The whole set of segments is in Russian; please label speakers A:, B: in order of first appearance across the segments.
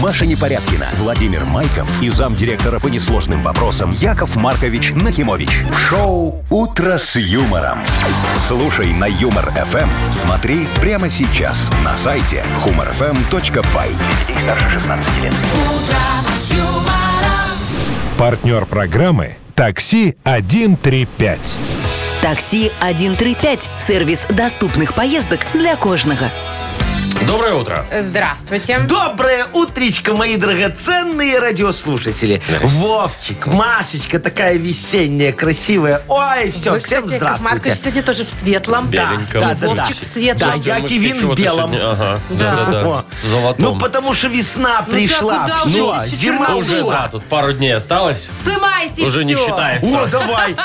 A: Маша Непорядкина, Владимир Майков и замдиректора по несложным вопросам Яков Маркович Нахимович. В шоу «Утро с юмором». Слушай на «Юмор-ФМ». Смотри прямо сейчас на сайте humorfm.by. Для детей старше 16 лет.
B: Партнер программы «Такси 135».
C: Такси 135 – сервис доступных поездок для кожного.
D: Доброе утро.
E: Здравствуйте.
F: Доброе утречко, мои драгоценные радиослушатели. Вовчик, Машечка, такая весенняя, красивая. Ой, все,
E: Вы,
F: всем
E: кстати, Яков Маркович
F: здравствуйте.
E: сегодня тоже в светлом.
D: Беленьком.
F: да, да,
E: Вовчик в светлом.
F: Да, я
D: Мы все
F: Кевин в
D: чего-то
F: белом.
D: сегодня- Ага, да-да-да,
F: О.
D: в золотом.
F: Ну, потому что весна пришла.
E: Ну, да, куда
F: всё,
E: А уже эти
F: зима
E: чернобылы?
D: Уже,
F: ушла.
D: да, тут пару дней осталось.
E: Сымайте
D: Уже
E: все.
D: не считается.
F: О, давай.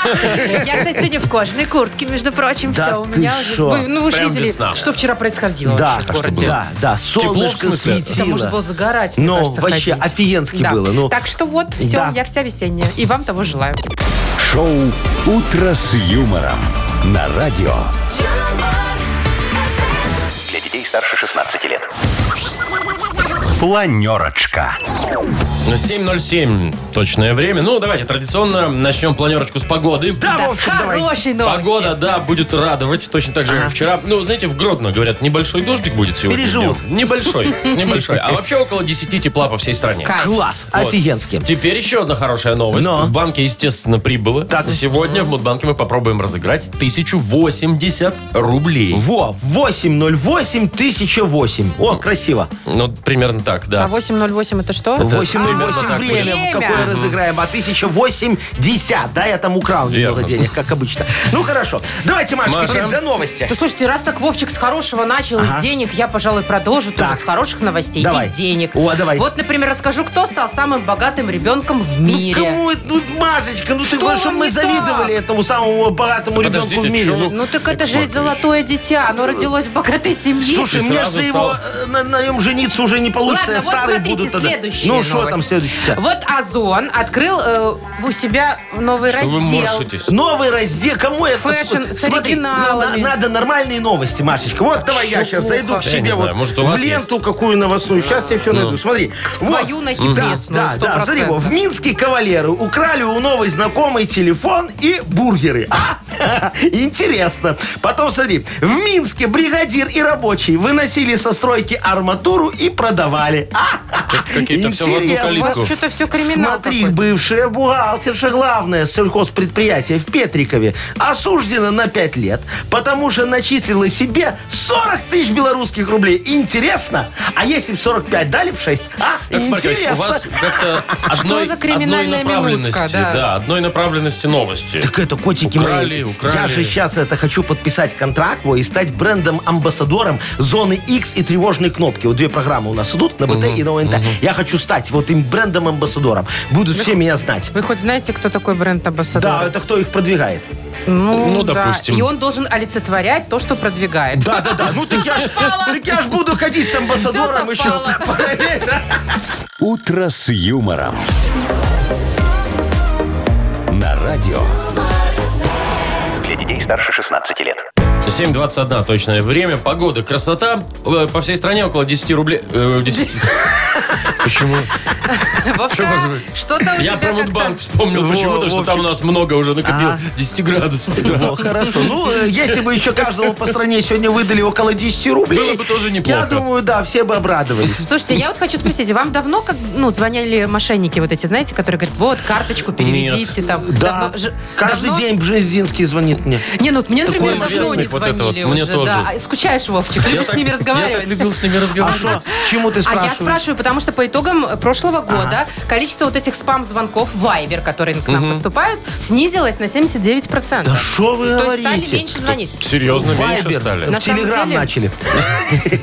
E: Я, кстати, сегодня в кожаной куртке, между прочим,
F: Да
E: все. У
F: ты
E: меня уже...
F: шо?
E: Вы, ну, вы же
D: Прям
E: видели,
D: весна.
E: что вчера происходило
F: Да,
E: вообще в городе.
F: да, да, солнышко
D: в смысле?
E: Это можно было
F: светило.
E: загорать, мне
F: Ну,
E: кажется,
F: вообще
E: ходить.
F: офигенски
E: Да.
F: было. Ну,
E: Так что вот, все,
F: Да.
E: я вся весенняя. И вам того желаю.
A: Шоу «Утро с юмором» на радио. Для детей старше 16 лет. Планерочка.
D: 7.07 точное время. Ну, давайте традиционно начнем планерочку с погоды.
F: Да,
E: Да, с
F: Вовчик, давай.
E: хорошей новости.
D: Погода, да, будет радовать. Точно так же, как вчера. Ну, знаете, в Гродно, говорят, небольшой дождик будет сегодня.
F: Переживут.
D: днем. Небольшой, небольшой. А вообще около 10 тепла по всей стране.
E: Кайф.
F: Класс,
D: Вот.
F: офигенски.
D: Теперь еще одна хорошая новость.
F: Но.
D: В банке, естественно, прибыло.
F: Так.
D: Сегодня в Мудбанке мы попробуем разыграть 1080 рублей.
F: Во, 808 1008. О, красиво.
D: Ну, примерно так,
E: А
D: да.
E: 8.08 это что?
D: Да,
F: 8
D: примерно так
F: время,
E: будет.
F: в какое
E: Время.
F: разыграем, а 1080, да, я там украл немного
D: Верно.
F: денег, как обычно. Ну, хорошо. Давайте, Машка,
D: Маша.
F: теперь за новости.
E: Да слушайте, раз так Вовчик с хорошего начал, и с денег, я, пожалуй, продолжу тоже
F: Так.
E: с хороших новостей
F: Давай.
E: и с денег.
F: О, давай.
E: Вот, например, расскажу, кто стал самым богатым ребенком в
F: Ну,
E: мире.
F: кому это? Ну, Машечка, ну ты
E: Что
F: говоришь, что
E: вам
F: мы
E: не
F: завидовали этому самому богатому ребенку
D: Подождите,
F: в мире.
D: чё вы-
F: Ну,
E: Ну так это
D: Яков
E: же
D: Маркович.
E: золотое дитя, оно родилось в богатой семье.
F: Э, Ну, Слушай,
D: И
F: мне же
D: сразу
F: за его э, на, на нем жениться уже не получится.
E: Ладно,
F: я
E: вот
F: Старые
E: смотрите,
F: будут тогда.
E: следующая
F: Ну, что
E: новость.
F: там следующее?
E: Вот Озон открыл э, у себя новый
D: Что
E: раздел. Ну,
D: вы морщитесь?
F: Новый раздел. Кому это?
E: Фэшн с
F: Смотри, на- на-
E: оригиналами.
F: надо нормальные новости, Машечка. Вот давай я сейчас зайду к
D: Я не
F: себе
D: знаю,
F: вот
D: может, у
F: в
D: вас Ну.
F: ленту какую новостную. Сейчас я все найду. Смотри.
E: свою
F: Вот.
E: нахибесную,
F: Да, да, да. Смотри,
E: 100%.
F: вот, в Минске кавалеры украли у новой знакомой телефон и бургеры. А? Интересно. Потом смотри. В Минске бригадир и рабочий выносили со стройки арматуру и продавали. А?
D: Какие-то все в одну
F: Интересно.
E: У вас
D: калитку.
E: что-то все криминал
F: Смотри,
E: какой-то.
F: бывшая бухгалтерша главное сельхозпредприятие в Петрикове осуждена на 5 лет, потому что начислила себе 40 тысяч белорусских рублей. Интересно? А если бы 45 дали бы 6? А?
D: Яков Маркович,
F: Интересно.
D: у вас как-то одной,
E: за
D: одной
E: криминальная
D: направленности,
E: минутка, да.
D: да, одной направленности новости.
F: Так это, котики
D: Украли,
F: мои,
D: украли.
F: я же сейчас это хочу подписать контракт мой и стать брендом-амбассадором зоны X и тревожной кнопки. Вот две программы у нас идут, на БТ и на ОНТ. Я хочу стать вот им брендом-амбассадором. Будут все меня знать.
E: Вы хоть знаете, кто такой бренд
F: Да,
E: амбассадор?
F: это кто их продвигает?
D: Ну, допустим.
E: И он должен олицетворять то, что продвигает.
F: Да, да, да. Ну так я, ж- так я ж буду ходить с
E: Всё
F: амбассадором еще
E: совпало.
F: параллельно.
A: «Утро с юмором». На радио. Для детей старше 16 лет.
D: 7.21 точное время. Погода, красота. Э, По всей стране около 10 рублей... э, 10. Почему?
E: Вовка, что-то у
D: Я
E: тебя
D: про
E: как-то...
D: Мудбанк вспомнил
F: Во,
D: почему-то, что там у нас много уже накопило.
F: А.
D: 10 градусов.
F: О, хорошо. Ну, э, если бы еще каждому по стране сегодня выдали около 10 рублей.
D: Было бы тоже неплохо.
F: Я думаю, да, все бы обрадовались.
E: Слушайте, я вот хочу спросить, вам давно как, ну, звонили мошенники вот эти, знаете, которые говорят, вот, карточку переведите там.
F: Да,
E: Давно же-
F: каждый
E: давно?
F: день Бжезинский звонит мне.
E: Не, ну, вот мне, например,
D: Такой
E: давно не
D: известных вот это
E: звонили
D: вот, мне
E: уже.
D: тоже.
E: Да. А Скучаешь, Вовчик,
D: Я
E: любишь с
D: так-
E: ними разговаривать.
D: Я так любил с ними
F: А что?
D: разговаривать.
F: Чему ты
E: А я
F: спрашиваешь?
E: спрашиваю, потому что по итогам прошлого года количество вот этих спам-звонков Viber, которые к нам поступают, снизилось на 79%.
F: Да что вы
E: То есть стали
F: говорите?
E: меньше звонить.
D: Серьезно, меньше
F: Вайбер.
D: стали?
F: В
E: На самом
F: Телеграм
E: деле-
F: начали.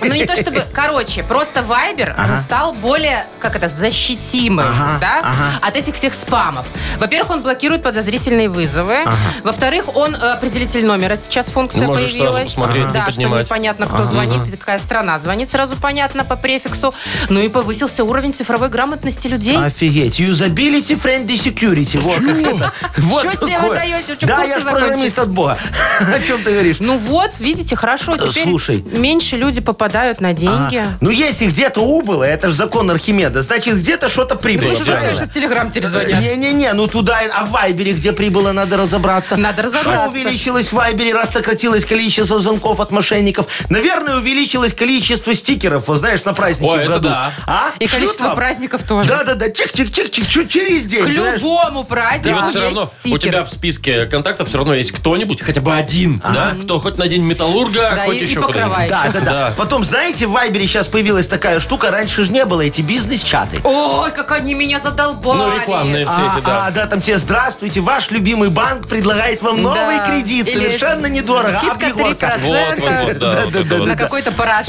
E: Ну, не то чтобы... Короче, просто Viber он стал более, как это, защитимым,
F: Ага,
E: да,
F: ага.
E: от этих всех спамов. Во-первых, он блокирует подозрительные вызовы. Во-вторых, он э, определитель номера сейчас функция
D: Можешь сразу
E: появилась.
D: посмотреть, не
E: да, что
D: поднимать.
E: непонятно, кто звонит, и какая страна звонит, сразу понятно по префиксу. Ну и повысился уровень цифровой грамотности людей.
F: А. Офигеть. Usability friendly security. Вот как это. Вот
E: Чё себе
F: такое.
E: вы даёте? Вы чё,
F: Да,
E: курсы
F: я ж
E: закончили?
F: программист от бога. О чем ты говоришь?
E: Ну вот, видите, хорошо. Теперь
F: Э, слушай.
E: меньше люди попадают на деньги.
F: А, Ну, если где-то убыло, это же закон Архимеда, значит, где-то что-то
E: Ты
F: прибыло.
E: же расскажешь,
F: правильно?
E: что в Телеграм тебе Ну, звонят.
F: Не-не-не, ну туда, а в Вайбере, где прибыло, надо разобраться.
E: Надо разобраться.
F: Что увеличилось в Вайбере, раз сократилось количество звонков от мошенников? Наверное, увеличилось количество стикеров, вот знаешь, на праздники
D: Ой,
F: в
D: это
F: году.
D: да.
F: А?
E: И количество праздников тоже.
F: Да-да-да, чик-чик-чик-чик, чуть через день.
E: К
F: знаешь.
E: любому
D: И
E: празднику
D: вот все
E: есть
D: равно у
E: стикеры.
D: тебя в списке контактов все равно есть кто-нибудь, хотя бы один, да, кто хоть на день металлурга,
E: Да,
D: хоть
E: и- и
D: еще
E: покрывает.
D: кто-нибудь.
F: Да, да,
D: Да.
F: да. Потом, знаете, в Вайбере сейчас появилась такая штука, раньше же не было, эти бизнес-чаты.
E: Ой, как они меня задолбали.
D: Ну, рекламные все
F: А,
D: эти, да.
F: а, да, там тебе здравствуйте, ваш любимый банк предлагает вам новый
E: Да.
F: кредит,
E: Или
F: совершенно недорого.
E: скидка
F: Апригорка.
E: 3%.
D: Вот, вот, вот, да.
F: Да,
D: вот
F: да,
D: это
F: да,
D: вот.
E: На
F: да.
E: какой-то порошок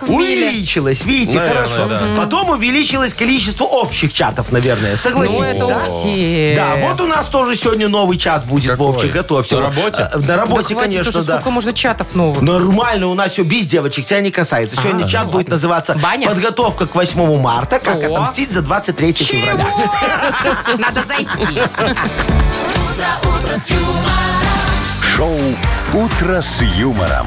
F: Вот.
E: в мире.
F: Увеличилось, видите,
D: Наверное,
F: хорошо.
D: да.
F: Потом увеличилось количество общих чатов, наверное. Согласитесь.
E: Ну, это
F: да?
E: у всех.
F: Да, вот у нас тоже сегодня новый чат будет,
D: Какой?
F: Вовчик, готовься.
D: На работе?
F: Э, На
E: Да
F: работе,
E: Ну, хватит
F: конечно,
E: уже,
F: да. Ну,
E: сколько можно чатов новых.
F: Нормально, у нас все без девочек, тебя не касается. Сегодня чат будет называться
E: А, ну Баня?
F: «Подготовка к 8 марта. Как
E: О.
F: отомстить за 23 февраля».
E: Чего? Надо зайти.
A: Шоу «Утро с юмором».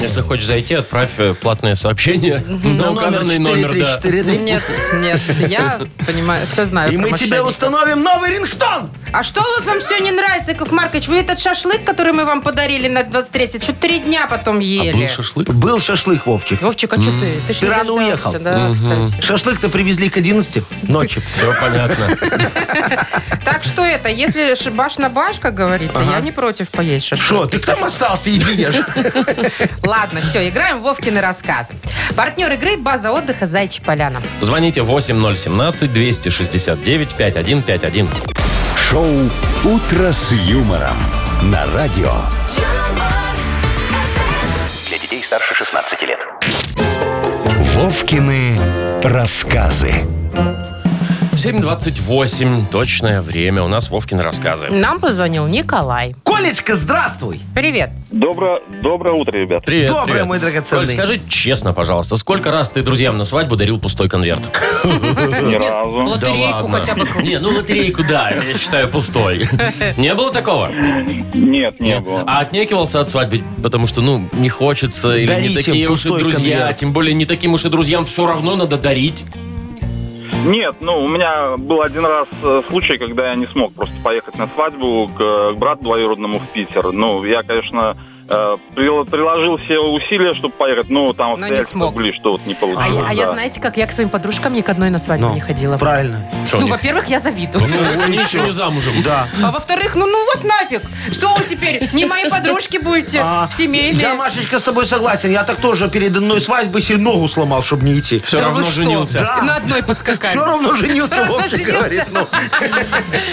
D: Если хочешь зайти, отправь э, платное сообщение на указанный Ну, номер, да.
F: 4343.
E: Нет, нет, я понимаю, все знаю.
F: И
E: про
F: мы тебе
E: мошенников.
F: установим новый рингтон.
E: А что вам все не нравится, Яков Маркович? Вы этот шашлык, который мы вам подарили на 23 что три дня потом
D: А был
E: ели.
D: шашлык?
F: Был шашлык, Вовчик.
E: Вовчик, а что ты? Ты ж
F: Ты
E: не
F: рано
E: дождался,
F: уехал.
E: Да, кстати.
F: Шашлык-то привезли к 11 ночи.
D: Все понятно.
E: Так что это, если ж баш на баш, как говорится, я не против поесть шашлык.
F: Что, ты там остался и не ешь?
E: Ладно, все, играем в Вовкины рассказы. Партнер игры база отдыха Зайчи Поляна.
D: Звоните 8017-269-5151.
A: Шоу «Утро с юмором» на радио.
G: юмор,
H: Для детей старше 16 лет.
A: Вовкины рассказы.
D: 7.28. Точное время. У нас Вовкины рассказы.
E: Нам позвонил Николай.
F: Колечка, здравствуй.
E: Привет.
I: Добро, доброе утро, ребят.
D: Привет,
F: Доброе,
D: привет.
F: мой драгоценный.
D: Коль, скажи честно, пожалуйста, сколько раз ты друзьям на свадьбу дарил пустой конверт?
I: Ни разу.
E: Лотерейку хотя бы.
D: Не, ну лотерейку, да, я считаю, пустой. Не было такого?
I: Нет, не было.
D: А отнекивался от свадьбы, потому что, ну, не хочется, или не
F: Дарить им
D: такие уж и
F: пустой
D: друзья,
F: конверт.
D: тем более не таким уж и друзьям все равно надо дарить.
I: Нет, ну, у меня был один раз э, случай, когда я не смог просто поехать на свадьбу к, э, к брату двоюродному в Питер. Ну, я, конечно, э, прил- приложил все усилия, чтобы поехать, но там
E: Но не
I: обстоятельства
E: смог.
I: были, что вот не
E: А,
I: получилось.
E: я, а я,
I: да.
E: знаете, как я к своим подружкам ни к одной на свадьбу
F: Ну,
E: не ходила.
F: Правильно.
D: Что,
E: Ну,
D: не-
E: во-первых, я завидую.
D: Во-вторых, они еще не замужем.
F: Да.
E: А во-вторых, ну, ну вас нафиг. Что вы теперь? Не мои подружки будете?
F: А,
E: Семейные?
F: Я, Машечка, с тобой согласен. Я так тоже перед одной свадьбой себе ногу сломал, чтобы не идти.
D: Все
E: Да
D: равно
E: вы что?
D: женился.
F: Да.
E: На одной поскакали.
F: Все равно женился,
E: равно
F: Вовчик
E: женился.
F: говорит. ну.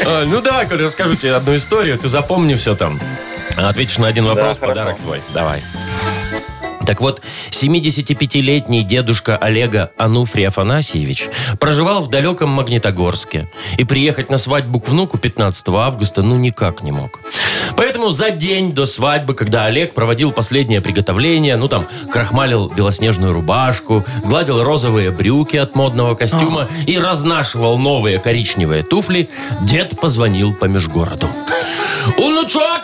D: А, ну давай, Коля, расскажу тебе одну историю, ты запомни все там. А Ответишь на один вопрос,
I: хорошо.
D: подарок твой. Давай. Так вот, 75-летний дедушка Олега Ануфрий Афанасьевич проживал в далеком Магнитогорске. И приехать на свадьбу к внуку 15 августа ну никак не мог. Поэтому за день до свадьбы, когда Олег проводил последнее приготовление, ну там крахмалил белоснежную рубашку, гладил розовые брюки от модного костюма и разнашивал новые коричневые туфли, дед позвонил по межгороду. Унучок,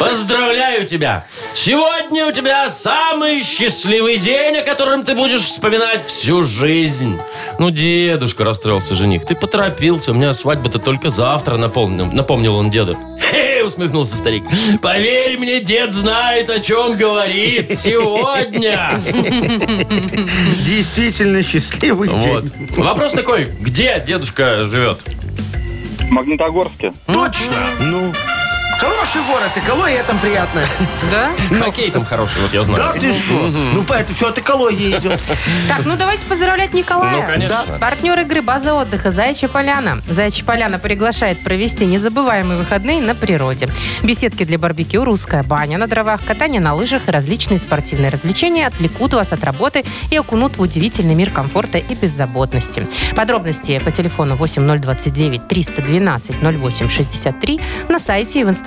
D: поздравляю тебя! Сегодня у тебя самый счастливый день, о котором ты будешь вспоминать всю жизнь. Ну, дедушка, расстроился жених, ты поторопился, у меня свадьба-то только завтра, напомнил, напомнил он деду. Хе-хе, усмехнулся старик. Поверь мне, дед знает, о чем говорит сегодня.
F: Действительно счастливый
D: Вот.
F: день.
D: Вопрос такой, где дедушка живет?
I: В Магнитогорске.
F: Точно. Ну. Хороший город, экология там приятная.
E: Да?
D: Хоккей там хороший, вот я
F: Да
D: знаю.
F: ты что? Ну, поэтому все от экологии идет.
E: Так, ну давайте поздравлять Николая.
D: Ну, конечно.
E: Да. Партнер игры «База отдыха» «Заячья поляна». «Заячья поляна» приглашает провести незабываемые выходные на природе. Беседки для барбекю, русская баня на дровах, катание на лыжах и различные спортивные развлечения отвлекут вас от работы и окунут в удивительный мир комфорта и беззаботности. Подробности по телефону 8029 312 0863 на сайте и в инстаграме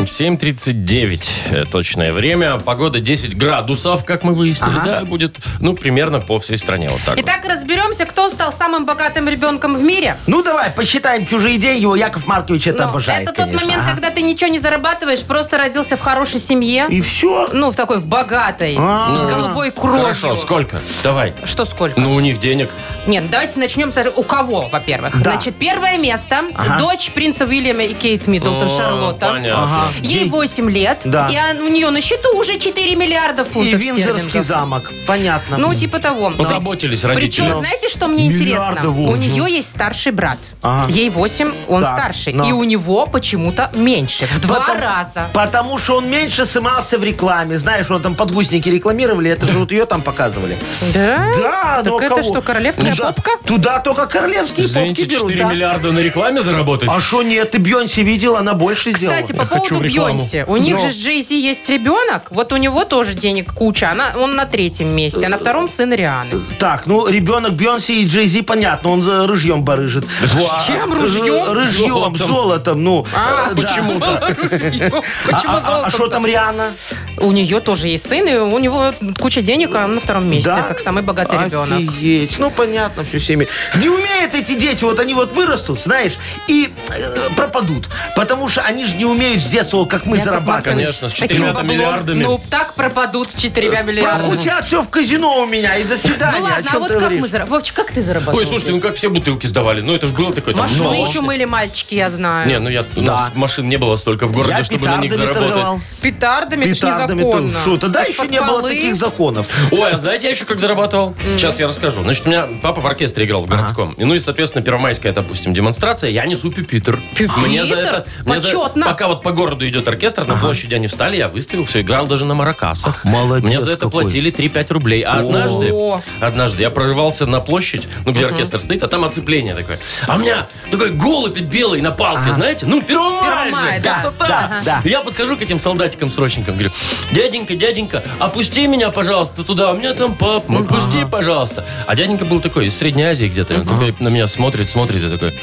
D: 7.39 э, точное время. Погода 10 градусов, как мы выяснили. Да, будет, ну, примерно по всей стране вот так.
E: Итак, разберемся, кто стал самым богатым ребенком в мире.
F: Ну давай, посчитаем чужие деньги. У Яков Маркович это
E: Ну,
F: обожает,
E: это тот
F: конечно.
E: момент,
F: Ага.
E: когда ты ничего не зарабатываешь, просто родился в хорошей семье.
F: И А. все?
E: Ну, в такой, в богатой. С голубой
D: вот.
E: кровью.
D: Хорошо, сколько? Давай.
E: Что сколько?
D: Ну, у них денег.
E: Нет, ну давайте начнем с у кого, во-первых.
F: Да.
E: Значит, первое место.
F: Ага.
E: Дочь принца Уильяма и Кейт
D: О,
E: Миддлтон, Шарлотта.
D: Понятно.
F: Ага.
E: Ей
F: Ей-
E: 8 лет.
F: Да.
E: И он- у нее на счету уже 4 миллиарда
F: И
E: фунтов
F: Винзорский
E: стерлингов.
F: замок. Понятно.
E: Ну, типа того.
D: Позаботились родители.
E: Причем, знаете, что мне
F: Миллиарды
E: интересно?
F: вот,
E: У
F: ну.
E: нее есть старший брат.
F: Ага.
E: Ей 8, он
F: Так,
E: старший.
F: ну.
E: И у него почему-то меньше. В два раза.
F: Потому что он меньше снимался в рекламе. Знаешь, он там подгузники рекламировали, это же вот ее там показывали.
E: Да?
F: Да,
E: Так
F: но
E: это
F: кого?
E: что, королевская
F: Туда-
E: попка?
F: Туда только королевские
D: Извините,
F: попки берут.
D: 4
F: да.
D: миллиарда на рекламе заработать?
F: А что нет, ты Бьонси видел, она больше сделала.
E: Кстати, по
D: хочу
E: поводу
D: рекламу.
E: Бьонси. У них
F: Но.
E: же с Джей-Зи есть ребенок. Вот у него тоже денег куча. Она, он на третьем месте, а на втором сын Рианы.
F: Так, ну, ребенок Бьонси и Джей-Зи, понятно, он за рыжьем барыжит. Во,
E: чем?
F: а,
E: Ружьем?
F: ры- Рыжьем,
D: Золотом.
F: золотом, ну.
E: А,
F: э, да.
D: Почему-то.
E: Почему
F: А- А а что
E: золото?
F: там Риана?
E: У нее тоже есть сын, и у него куча денег, а он на втором месте,
F: Да?
E: как самый богатый ребенок.
F: Офигеть. Ну, понятно, все семьи. Не умеют эти дети, вот они вот вырастут, знаешь, и э, пропадут. Потому что они же не умеют с детства, как мы
E: Яков
F: зарабатывать.
E: Маркович,
D: Конечно, с
E: с таким
D: четырьмя-то
E: баблом,
D: миллиардами.
E: Ну, так пропадут с четырьмя миллиардами.
F: Пропутят все в казино у меня, и до свидания.
E: Ну
F: О
E: ладно,
F: чем
E: а вот
F: ты
E: как
F: говоришь?
E: мы заработали? Вовчик, как ты заработал?
D: Ой, слушайте, ну
E: здесь?
D: как все бутылки сдавали? Ну, это же было такое там...
E: Машины
D: ну,
E: еще мыли мальчики, я знаю.
D: Не, ну я, у нас машин не было столько в городе,
F: Я
D: чтобы на них
F: петардами
D: заработать.
F: торговал.
E: Петардами,
F: Петардами
E: это ж
F: торговал.
E: незаконно.
F: Что, тогда еще
E: Из-под
F: не было
E: полы.
F: таких законов.
D: Ой, а знаете, я еще как зарабатывал? Сейчас я расскажу. Значит, у меня папа в оркестре играл в городском. И, Ну и, соответственно, первомайская, допустим, демонстрация. Я несу пюпитр.
E: Пюпитр?
D: Мне за это... мне за-
E: Почетно.
D: пока вот по городу идет оркестр, на площади они встали, я выставил, все, играл даже на маракасах.
F: молодец
D: Мне за это
F: какой.
D: платили 3-5 рублей. А однажды,
E: О.
D: однажды я прорывался на площадь, ну, где оркестр стоит, а там оцепление такое. А у меня такой голубь белый на палке, знаете? Ну, первомай
E: Первомай,
D: же,
E: да.
D: красота.
F: Да, да.
D: Я подхожу к этим солдатикам-срочникам, говорю, дяденька, дяденька, опусти меня, пожалуйста, туда, у меня там пап, опусти, пожалуйста. А дяденька был такой, из Средней Азии где-то, и он такой на меня смотрит, смотрит и такой,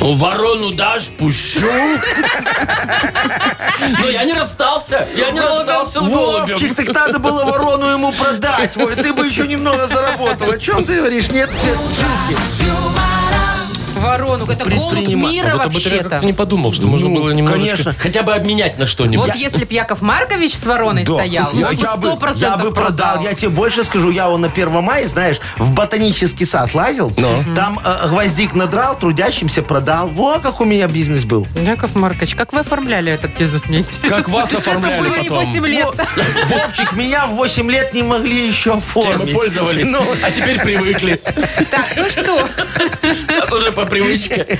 D: «Ну, ворону дашь, пущу. Но я не расстался, я не расстался Ну, с голубем.
F: Вовчик, так надо было ворону ему продать. Ой, ты бы еще немного заработал. О чем ты говоришь? Нет, тебе жилки.
E: Ворону, это голубь
F: Предпринима-
E: мира
D: Вот об этом я
E: вообще-то.
D: как-то не подумал, что можно было немножечко
F: конечно.
D: хотя бы обменять на что-нибудь.
E: Вот если б Яков Маркович с вороной
F: Да.
E: стоял,
F: Я-
E: он бы
F: я бы-
E: сто
F: Я бы
E: процентов
F: продал. Я тебе больше скажу, я он на 1 мая, знаешь, в ботанический сад лазил, там э, гвоздик надрал, трудящимся продал. Во, как у меня бизнес был.
E: Яков Маркович, как вы оформляли этот бизнес, мне интересно?
D: Как вас оформляли
E: Свои
D: потом?
E: 8 лет.
F: Во- Вовчик, меня в 8 лет не могли еще
D: Чем мы
F: оформить.
D: пользовались, а теперь привыкли.
E: Так, ну что,
D: Это уже по привычке.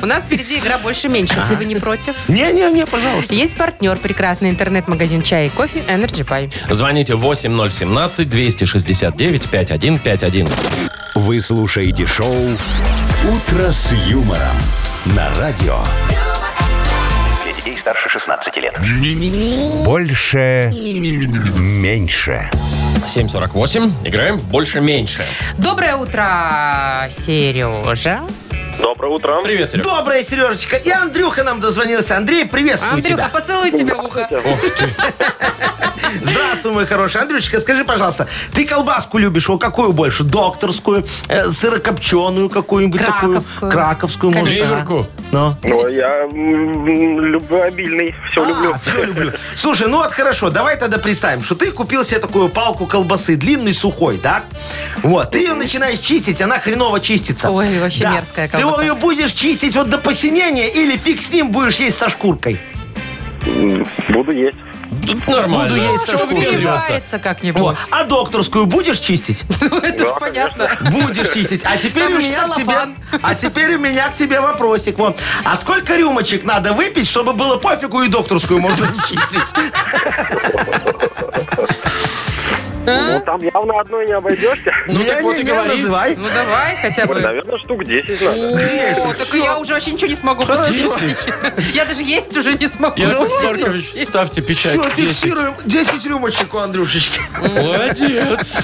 E: у нас впереди игра больше-меньше, если вы не против.
F: Не-не-не, пожалуйста.
E: Есть партнер, прекрасный интернет-магазин чая и кофе Energy Pie.
D: Звоните 8017-269-5151.
A: Вы слушаете шоу «Утро с юмором» на радио.
H: Для детей старше 16 лет.
B: Больше.
A: Меньше.
D: 748. Играем в «Больше-меньше».
E: Доброе утро, Сережа.
I: Доброе утро.
D: Привет, Серег.
F: Доброе, Сережечка. И Андрюха нам дозвонился. Андрей, приветствую
E: Андрюха,
F: тебя.
E: поцелуй тебя в ухо.
F: Здравствуй, мой хороший. Андрюшечка, скажи, пожалуйста, ты колбаску любишь? О, какую больше? Докторскую, э, сырокопченую какую-нибудь
E: Краковскую.
F: такую? Краковскую. может, да?
D: Ливерку.
F: Ну?
I: Ну, я люблю обильный,
E: А.
I: все люблю.
F: Все А, люблю. Слушай, ну вот хорошо, давай тогда представим, что ты купил себе такую палку колбасы, длинный, сухой, да? Вот, ты ее начинаешь чистить, она хреново чистится.
E: Ой, вообще мерзкая колбаса.
F: Ты ее будешь чистить вот до посинения или фиг с ним будешь есть со шкуркой?
I: Буду есть.
D: Тут
E: Ну,
D: нормально.
F: Буду есть
D: Чего
F: сашку.
D: выпендриваться?
E: Переварится как-нибудь.
F: Вот. А докторскую будешь чистить?
E: Ну, это ж
I: Да,
E: понятно.
F: Будешь чистить. А теперь
E: Там
F: у
E: же
F: меня к тебе...
E: целлофан.
F: А теперь у меня к тебе вопросик. Вот. А сколько рюмочек надо выпить, чтобы было пофигу и докторскую можно не чистить?
E: Да?
G: Ну, там явно одной не обойдешься.
D: Ну, так вот и
F: Не-не-не,
D: говори.
F: называй.
E: Ну давай хотя
G: Ой,
E: бы.
G: Наверное, ну, штук 10 надо.
E: О, так я уже вообще ничего не смогу. Просто 10. Я даже есть уже не смогу.
D: Яков
E: Давайте.
D: Маркович, ставьте печать.
F: Все,
D: 10.
F: фиксируем. 10 рюмочек у Андрюшечки.
D: Молодец.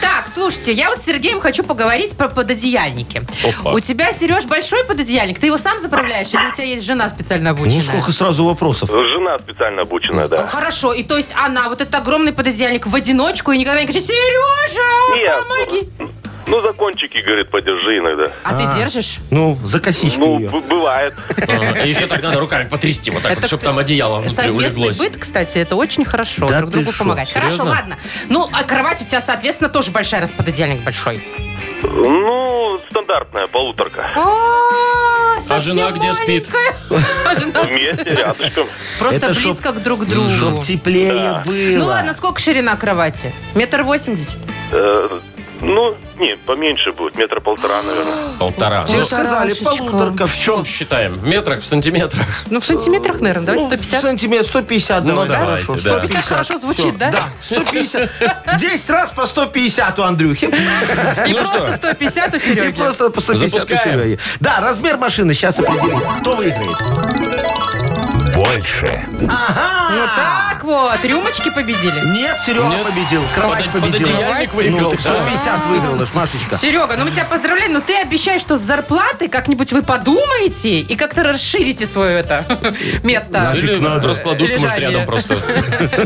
E: Так, слушайте, я вот с Сергеем хочу поговорить про пододеяльники.
D: Опа.
E: У тебя, Сереж, большой пододеяльник. Ты его сам заправляешь или у тебя есть жена специально обученная?
F: Ну, сколько сразу вопросов.
G: Жена специально обучена,
E: Ну,
G: да.
E: Хорошо, и то есть она, вот этот огромный пододеяльник в одиночку и никогда не кричит, Сережа,
G: Нет,
E: помоги.
G: ну за кончики, говорит, подержи иногда.
E: А ты держишь?
F: Ну, за косички
G: Ну,
F: ее.
G: б- бывает.
D: А, и еще так надо руками потрясти, вот так
E: Это,
D: вот, чтобы
E: кстати,
D: там одеяло внутри
E: Совместный
D: улеглось.
E: быт, кстати, это очень хорошо.
F: Да
E: друг
F: ты
E: другу
F: шо,
E: помогать. Хорошо,
D: серьезно?
E: ладно. Ну, а кровать у тебя, соответственно, тоже большая, раз пододеяльник большой.
G: Ну, стандартная полуторка.
E: А
D: А жена где спит?
G: Вместе, рядышком.
E: Просто
F: Это чтоб-
E: близко к друг другу.
F: Чтоб теплее было.
E: Ну ладно, сколько ширина кровати? Метр восемьдесят?
G: Э, Ну, не, поменьше будет, метра полтора, наверное.
D: Полтора.
F: Все
D: Ну,
F: же сказали,
E: Полторашечка.
F: полуторка. В чем?
D: считаем, в метрах, в сантиметрах.
E: Ну, в сантиметрах, наверное, давайте 150.
F: Сантиметр, 150,
D: Ну,
F: давай,
D: давайте,
F: хорошо.
D: да.
E: 150 хорошо звучит, да?
F: Да, 150. 10 раз по 150 у Андрюхи.
E: И
D: Ну
E: просто
D: что?
E: 150 у
F: И
E: Сереги.
F: просто по 150 у
D: Запускаем.
F: Сереги. Да, размер машины сейчас определим. Кто выиграет?
A: Больше.
E: Ну так вот, рюмочки победили.
F: А, Нет, Серега
D: Нет.
F: победил. Кровать
D: Под-
F: победила.
D: пододеяльник
F: Ну,
D: выиграл,
F: ты
D: да.
F: 150 выиграла, ж, Машечка.
E: Серега, ну мы тебя поздравляем, но ты обещаешь, что с зарплаты как-нибудь вы подумаете и как-то расширите свое это место.
D: Или раскладушку, может,
E: Лежание.
D: рядом просто.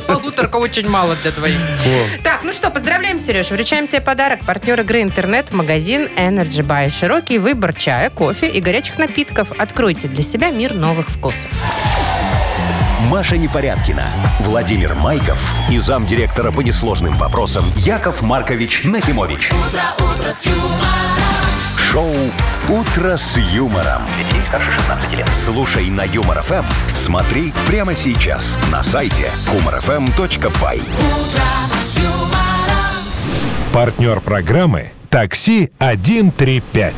E: Полуторка очень мало для твоих. Так, ну что, поздравляем, Сереж. Вручаем тебе подарок. Партнер игры интернет-магазин Energy Buy. Широкий выбор чая, кофе и горячих напитков. Откройте для себя мир новых вкусов.
A: Маша Непорядкина, Владимир Майков и замдиректора по несложным вопросам Яков Маркович Нахимович. Шоу Утро с юмором. Детей старше 16 лет. Слушай на юмор ФМ. Смотри прямо сейчас на сайте humorfm.by.
B: Партнер программы «Такси 135».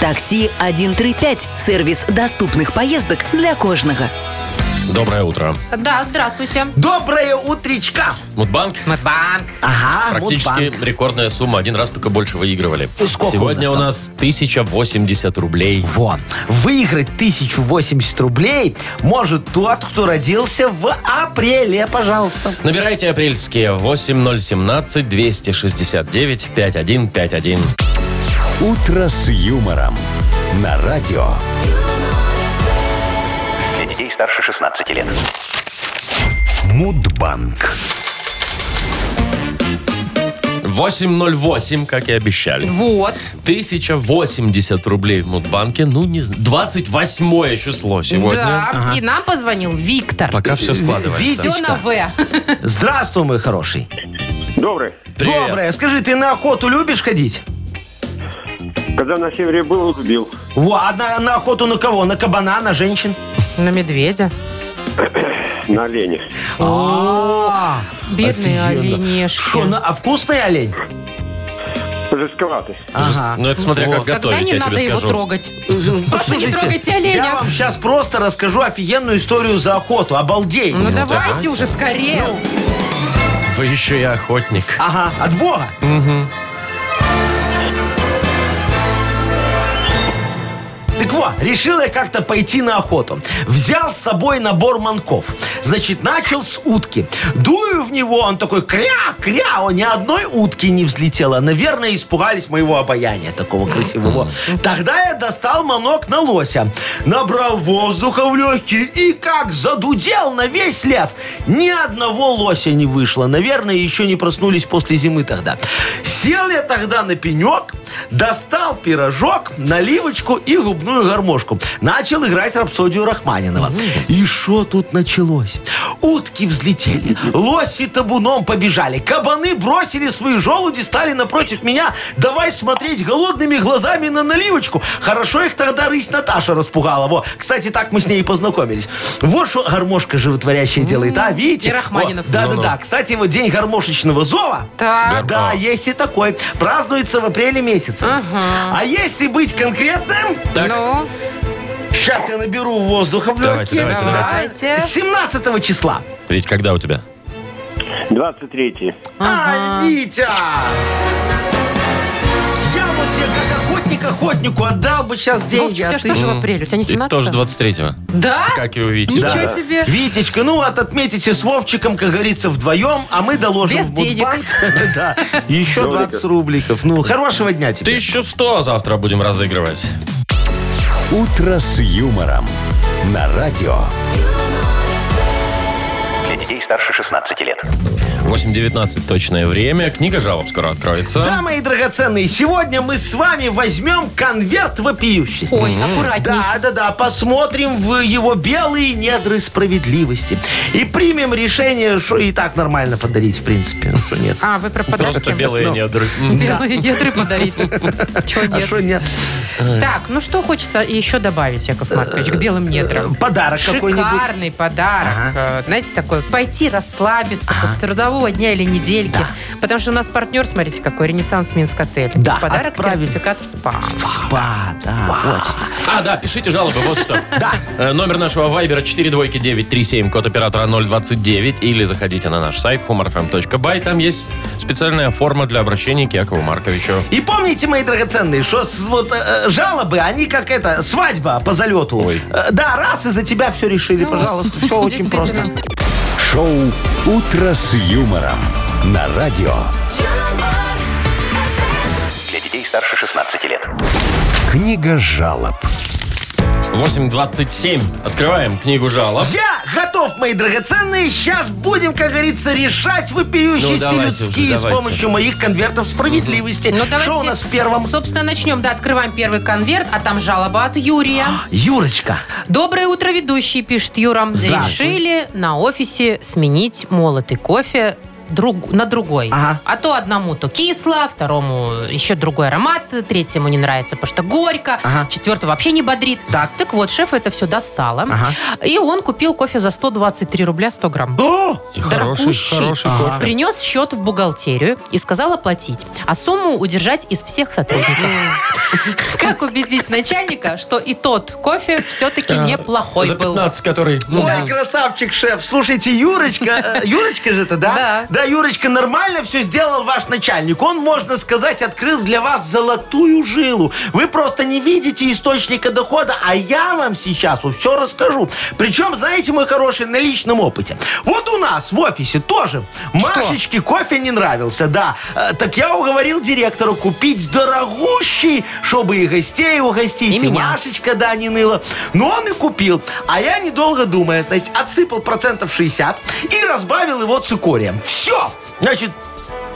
C: Такси 135. Сервис доступных поездок для кожного.
D: Доброе утро.
E: Да, здравствуйте.
F: Доброе утречка.
D: Мудбанк.
E: Модбанк. А,
F: Ага,
D: Практически
F: Мудбанк.
D: рекордная сумма. Один раз только больше выигрывали.
F: Ну, сколько
D: Сегодня
F: у
D: у
F: нас
D: нас 1080 рублей.
F: Во. Выиграть 1080 рублей может тот, кто родился в апреле, пожалуйста.
D: Набирайте апрельские 8017-269-5151.
A: Утро с юмором. На радио.
H: Для детей старше 16 лет.
A: Мудбанк.
D: 808, как и обещали.
E: Вот.
D: 1080 рублей в Мудбанке. Ну, не зн- 28 число сегодня.
E: Да. И нам позвонил Виктор.
D: Пока все складывается.
F: Витя,
E: Все на В.
F: Здравствуй, мой хороший.
G: Добрый.
D: Привет.
F: Доброе. Скажи, ты на охоту любишь ходить?
G: Когда на севере был, убил.
F: Во, а на, на охоту на кого? На кабана, на женщин?
E: На медведя.
G: На олене.
E: Бедные
F: Офигенно.
E: оленешки.
F: Что, на, а вкусный олень?
G: Жестковатый.
D: Ну, это смотря как
E: Тогда
D: готовить,
E: не
D: я
E: надо
D: тебе
E: его
D: скажу. Ну,
E: трогать. Просто не
F: Слушайте,
E: трогайте
F: Я
E: оленя.
F: вам сейчас просто расскажу офигенную историю за охоту. Обалдеть.
E: Ну давайте уже скорее.
D: Ну, Вы еще и охотник.
F: Ага, от Бога. Так вот, решил я как-то пойти на охоту. Взял с собой набор манков. Значит, начал с утки. Дую в него, он такой кря-кря. а Ни одной утки не взлетело. Наверное, испугались моего обаяния такого красивого. Тогда я достал манок на лося. Набрал воздуха в легкие и как задудел на весь лес. Ни одного лося не вышло. Наверное, еще не проснулись после зимы тогда. Сел я тогда на пенек, достал пирожок, наливочку и губную гармошку. Начал играть рапсодию Рахманинова. И что тут началось? Утки взлетели, лоси табуном побежали, кабаны бросили свои желуди, стали напротив меня. Давай смотреть голодными глазами на наливочку. Хорошо их тогда рысь Наташа распугала. Во, кстати, так мы с ней и познакомились. Вот что гармошка животворящая делает, а? Видите?
E: И Рахманинов.
F: Во, Да-да-да.
D: Ну-ну.
F: Кстати, вот день гармошечного зова.
E: Так.
F: А, Да, есть и такой. Празднуется в апреле месяце. А если быть конкретным,
D: Так,
E: Ну,
F: сейчас я наберу воздуха в
D: Давайте,
F: легкие.
D: давайте,
F: Да.
E: давайте.
F: 17 числа.
D: ведь когда у тебя?
J: 23
F: А, Витя! Я вот тебе как охотник охотнику отдал бы сейчас деньги.
E: Вовчик, у тебя
F: а
E: что
F: ты...
E: же в апреле? У тебя не
D: И
E: 17
D: тоже 23-го.
E: Да?
D: Как его видите?
E: Ничего себе.
F: Витечка, ну вот отметите с Вовчиком, как говорится, вдвоем, а мы доложим
E: Без
F: в Будбанк. Да. Еще 20 рубликов. Ну, хорошего дня тебе.
D: 1100 завтра будем разыгрывать.
A: «Утро с юмором» на радио.
H: Для детей старше 16 лет.
D: 8.19 точное время. Книга жалоб скоро откроется.
F: Да, мои драгоценные, сегодня мы с вами возьмем конверт вопиющести.
E: Ой, аккуратней.
F: Да, да, да, посмотрим в его белые недры справедливости. И примем решение, что и так нормально подарить, в принципе, что нет.
E: А, вы про подарки. Ну,
D: Просто белые недры. М.
E: Белые ядры подарить. Чего
F: А
E: нет?
F: что нет?
E: Так, ну что хочется еще добавить, Яков Маркович, к белым недрам?
F: Подарок какой-нибудь.
E: Шикарный подарок. Э, Знаете, такой, пойти расслабиться после трудового дня или недельки. Потому что у нас партнер, смотрите, какой, Ренессанс Минск отель.
F: Да,
E: Подарок,
F: отправим.
E: сертификат в СПА.
F: Спа, да, очень.
D: А, да, пишите жалобы, вот что.
F: Да.
D: Э, Номер нашего вайбера 42937, код оператора 029, или заходите на наш сайт humorfm.by. Там есть специальная форма для обращения к Якову Марковичу.
F: И помните, мои драгоценные, что с- вот э, э, жалобы, они как это, свадьба по залету.
D: Ой.
F: Э, да, раз, и за тебя все решили, пожалуйста. Все очень просто.
E: Ну, Действительно.
A: Шоу «Утро с юмором» на радио.
K: юмор,
H: Для детей старше 16 лет.
A: Книга жалоб.
D: 8.27. Открываем книгу жалоб.
F: Я готов, мои драгоценные. Сейчас будем, как говорится, решать
D: Ну,
F: вопиющие
D: давайте уже,
F: людские с
D: давайте.
F: помощью моих конвертов справедливости.
E: Ну, давайте,
F: Что у нас в первом?
E: Собственно, начнем. Да, открываем первый конверт, а там жалоба от Юрия.
F: Юрочка.
E: Доброе утро, ведущий, пишет Юра. Решили на офисе сменить молотый кофе друг- на другой.
F: Ага.
E: А то одному то кисло, второму еще другой аромат, третьему не нравится, потому что горько,
F: Ага.
E: четвертый вообще не бодрит.
F: Так.
E: вот, шеф это все достало.
F: Ага.
E: И он купил кофе за 123 рубля 100 грамм.
D: И хороший,
E: Дорогущий.
D: хороший кофе.
E: Принес счет в бухгалтерию и сказал оплатить, а сумму удержать из всех сотрудников. Как убедить начальника, что и тот кофе все-таки неплохой
D: За
E: был?
D: 15, который...
F: Ой,
D: Ну,
F: красавчик, шеф. Слушайте, Юрочка, э, Юрочка же это, да?
E: Да.
F: Да, Юрочка, нормально все сделал ваш начальник. Он, можно сказать, открыл для вас золотую жилу. Вы просто не видите источника дохода, а я вам сейчас вот все расскажу. Причем, знаете, мой хороший, на личном опыте. Вот у нас в офисе тоже Машечке кофе не нравился, да. Э, Так я уговорил директора купить дорогущий, чтобы и гостей угостить,
E: И меня.
F: Машечка, да, не ныла. Но он и купил. А я, недолго думая, значит, отсыпал процентов 60 и разбавил его цикорием. Все! Значит,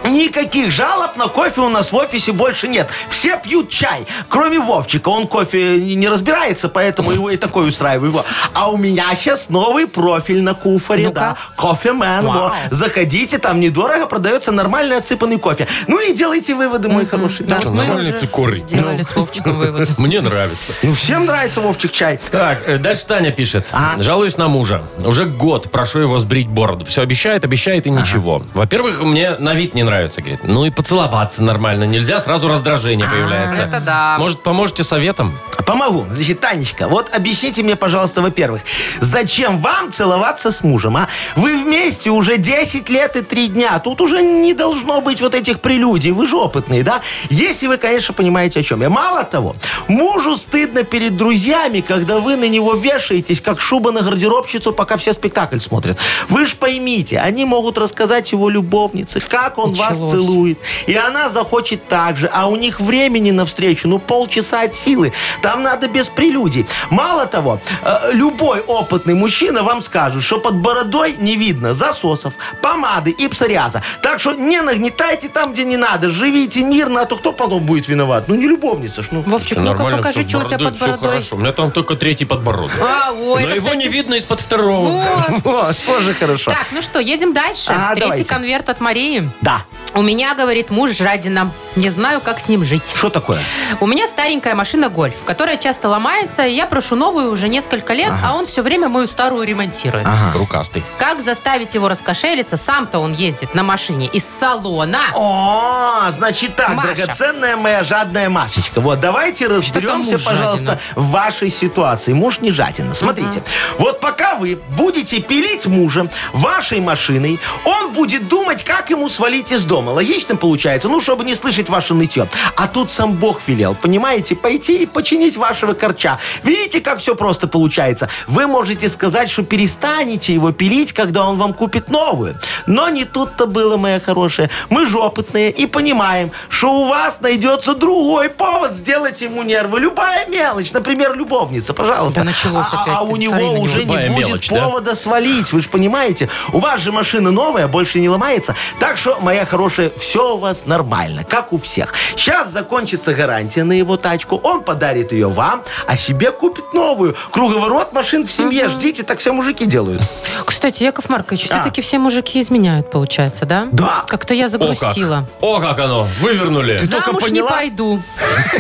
F: Никаких жалоб на кофе у нас в офисе больше нет. Все пьют чай, кроме Вовчика. Он кофе не не разбирается, поэтому его и такой устраиваю. Во. А у меня сейчас новый профиль на куфоре, да. Кофемен, во. Заходите, там недорого продается нормальный отсыпанный кофе. Ну и делайте выводы, мой хороший. Ну, да.
D: что, нормальный цикорий.
E: Сделали
D: Ну.
E: с Вовчиком вывод.
D: Мне нравится.
F: Ну всем нравится Вовчик чай.
D: Так, э, дальше Таня пишет.
F: А?
D: Жалуюсь на мужа. Уже год прошу его сбрить бороду. Все обещает, обещает и ничего. Во-первых, мне на вид не нравится, говорит. Ну и поцеловаться нормально нельзя, сразу
E: А,
D: раздражение появляется.
E: это да.
D: Может, поможете советом?
F: Помогу. Значит, Танечка, вот объясните мне, пожалуйста, во-первых, зачем вам целоваться с мужем, а? Вы вместе уже 10 лет и 3 дня. Тут уже не должно быть вот этих прелюдий. Вы же опытные, да? Если вы, конечно, понимаете, о чем я. Мало того, мужу стыдно перед друзьями, когда вы на него вешаетесь, как шуба на гардеробщицу, пока все спектакль смотрят. Вы ж поймите, они могут рассказать его любовнице, как он вас целует. И она захочет так же. А у них времени навстречу, ну, полчаса от силы. Там надо без прелюдий. Мало того, э, любой опытный мужчина вам скажет, что под бородой не видно засосов, помады и псориаза. Так что не нагнетайте там, где не надо. Живите мирно, а то кто потом будет виноват? Ну, не любовница ж. Ну,
E: Вовчик, ну-ка
D: Нормально
E: покажи,
D: всё с
E: что у тебя
D: бородой,
E: под
D: всё
E: бородой.
D: хорошо. У меня там только третий подбородок.
E: А, ой,
D: Но
E: это,
D: его
E: кстати,
D: не видно из-под второго.
E: вот.
F: вот, тоже хорошо.
E: Так, ну что, едем дальше.
F: Ага,
E: Третий
F: давайте.
E: конверт от Марии.
F: Да.
E: У меня, говорит, муж жадина. Не знаю, как с ним жить.
F: Что такое?
E: У меня старенькая машина гольф, которая часто ломается, и я прошу новую уже несколько лет, а он все время мою старую
F: А.
E: ремонтирует.
D: Рукастый.
E: Как заставить его раскошелиться? Сам-то он ездит на машине из салона.
F: О, значит так,
E: Маша.
F: драгоценная моя жадная Машечка. Вот давайте разберемся,
E: муж
F: пожалуйста, в вашей ситуации. Муж не жадина. Смотрите, вот пока вы будете пилить мужа вашей машиной, он будет думать, как ему свалить из дома. Логично получается, ну, чтобы не слышать ваше нытье. А тут сам Бог велел, понимаете, пойти и починить вашего корча. Видите, как все просто получается? Вы можете сказать, что перестанете его пилить, когда он вам купит новую. Но не тут-то было, моя хорошая. Мы же опытные и понимаем, что у вас найдется другой повод сделать ему нервы. Любая мелочь, например, любовница, пожалуйста.
E: Да началось
F: а,
E: опять,
F: а у
E: ты смотри
F: него
E: на него.
F: уже
D: Любая
F: не будет
D: мелочь, да?
F: повода свалить, вы же понимаете. У вас же машина новая, больше не ломается. Так что, моя хорошая, все у вас нормально, как у всех. Сейчас закончится гарантия на его тачку, он подарит ее вам, а себе купит новую. Круговорот машин в семье, ждите, так все мужики делают.
E: Кстати, Яков Маркович,
F: А.
E: все-таки все мужики изменяют, получается, да?
F: Да.
E: Как-то я
D: О как.
E: загрустила.
D: О, как оно. Вывернули.
F: Ты только
E: Замуж не
F: поняла?
E: пойду.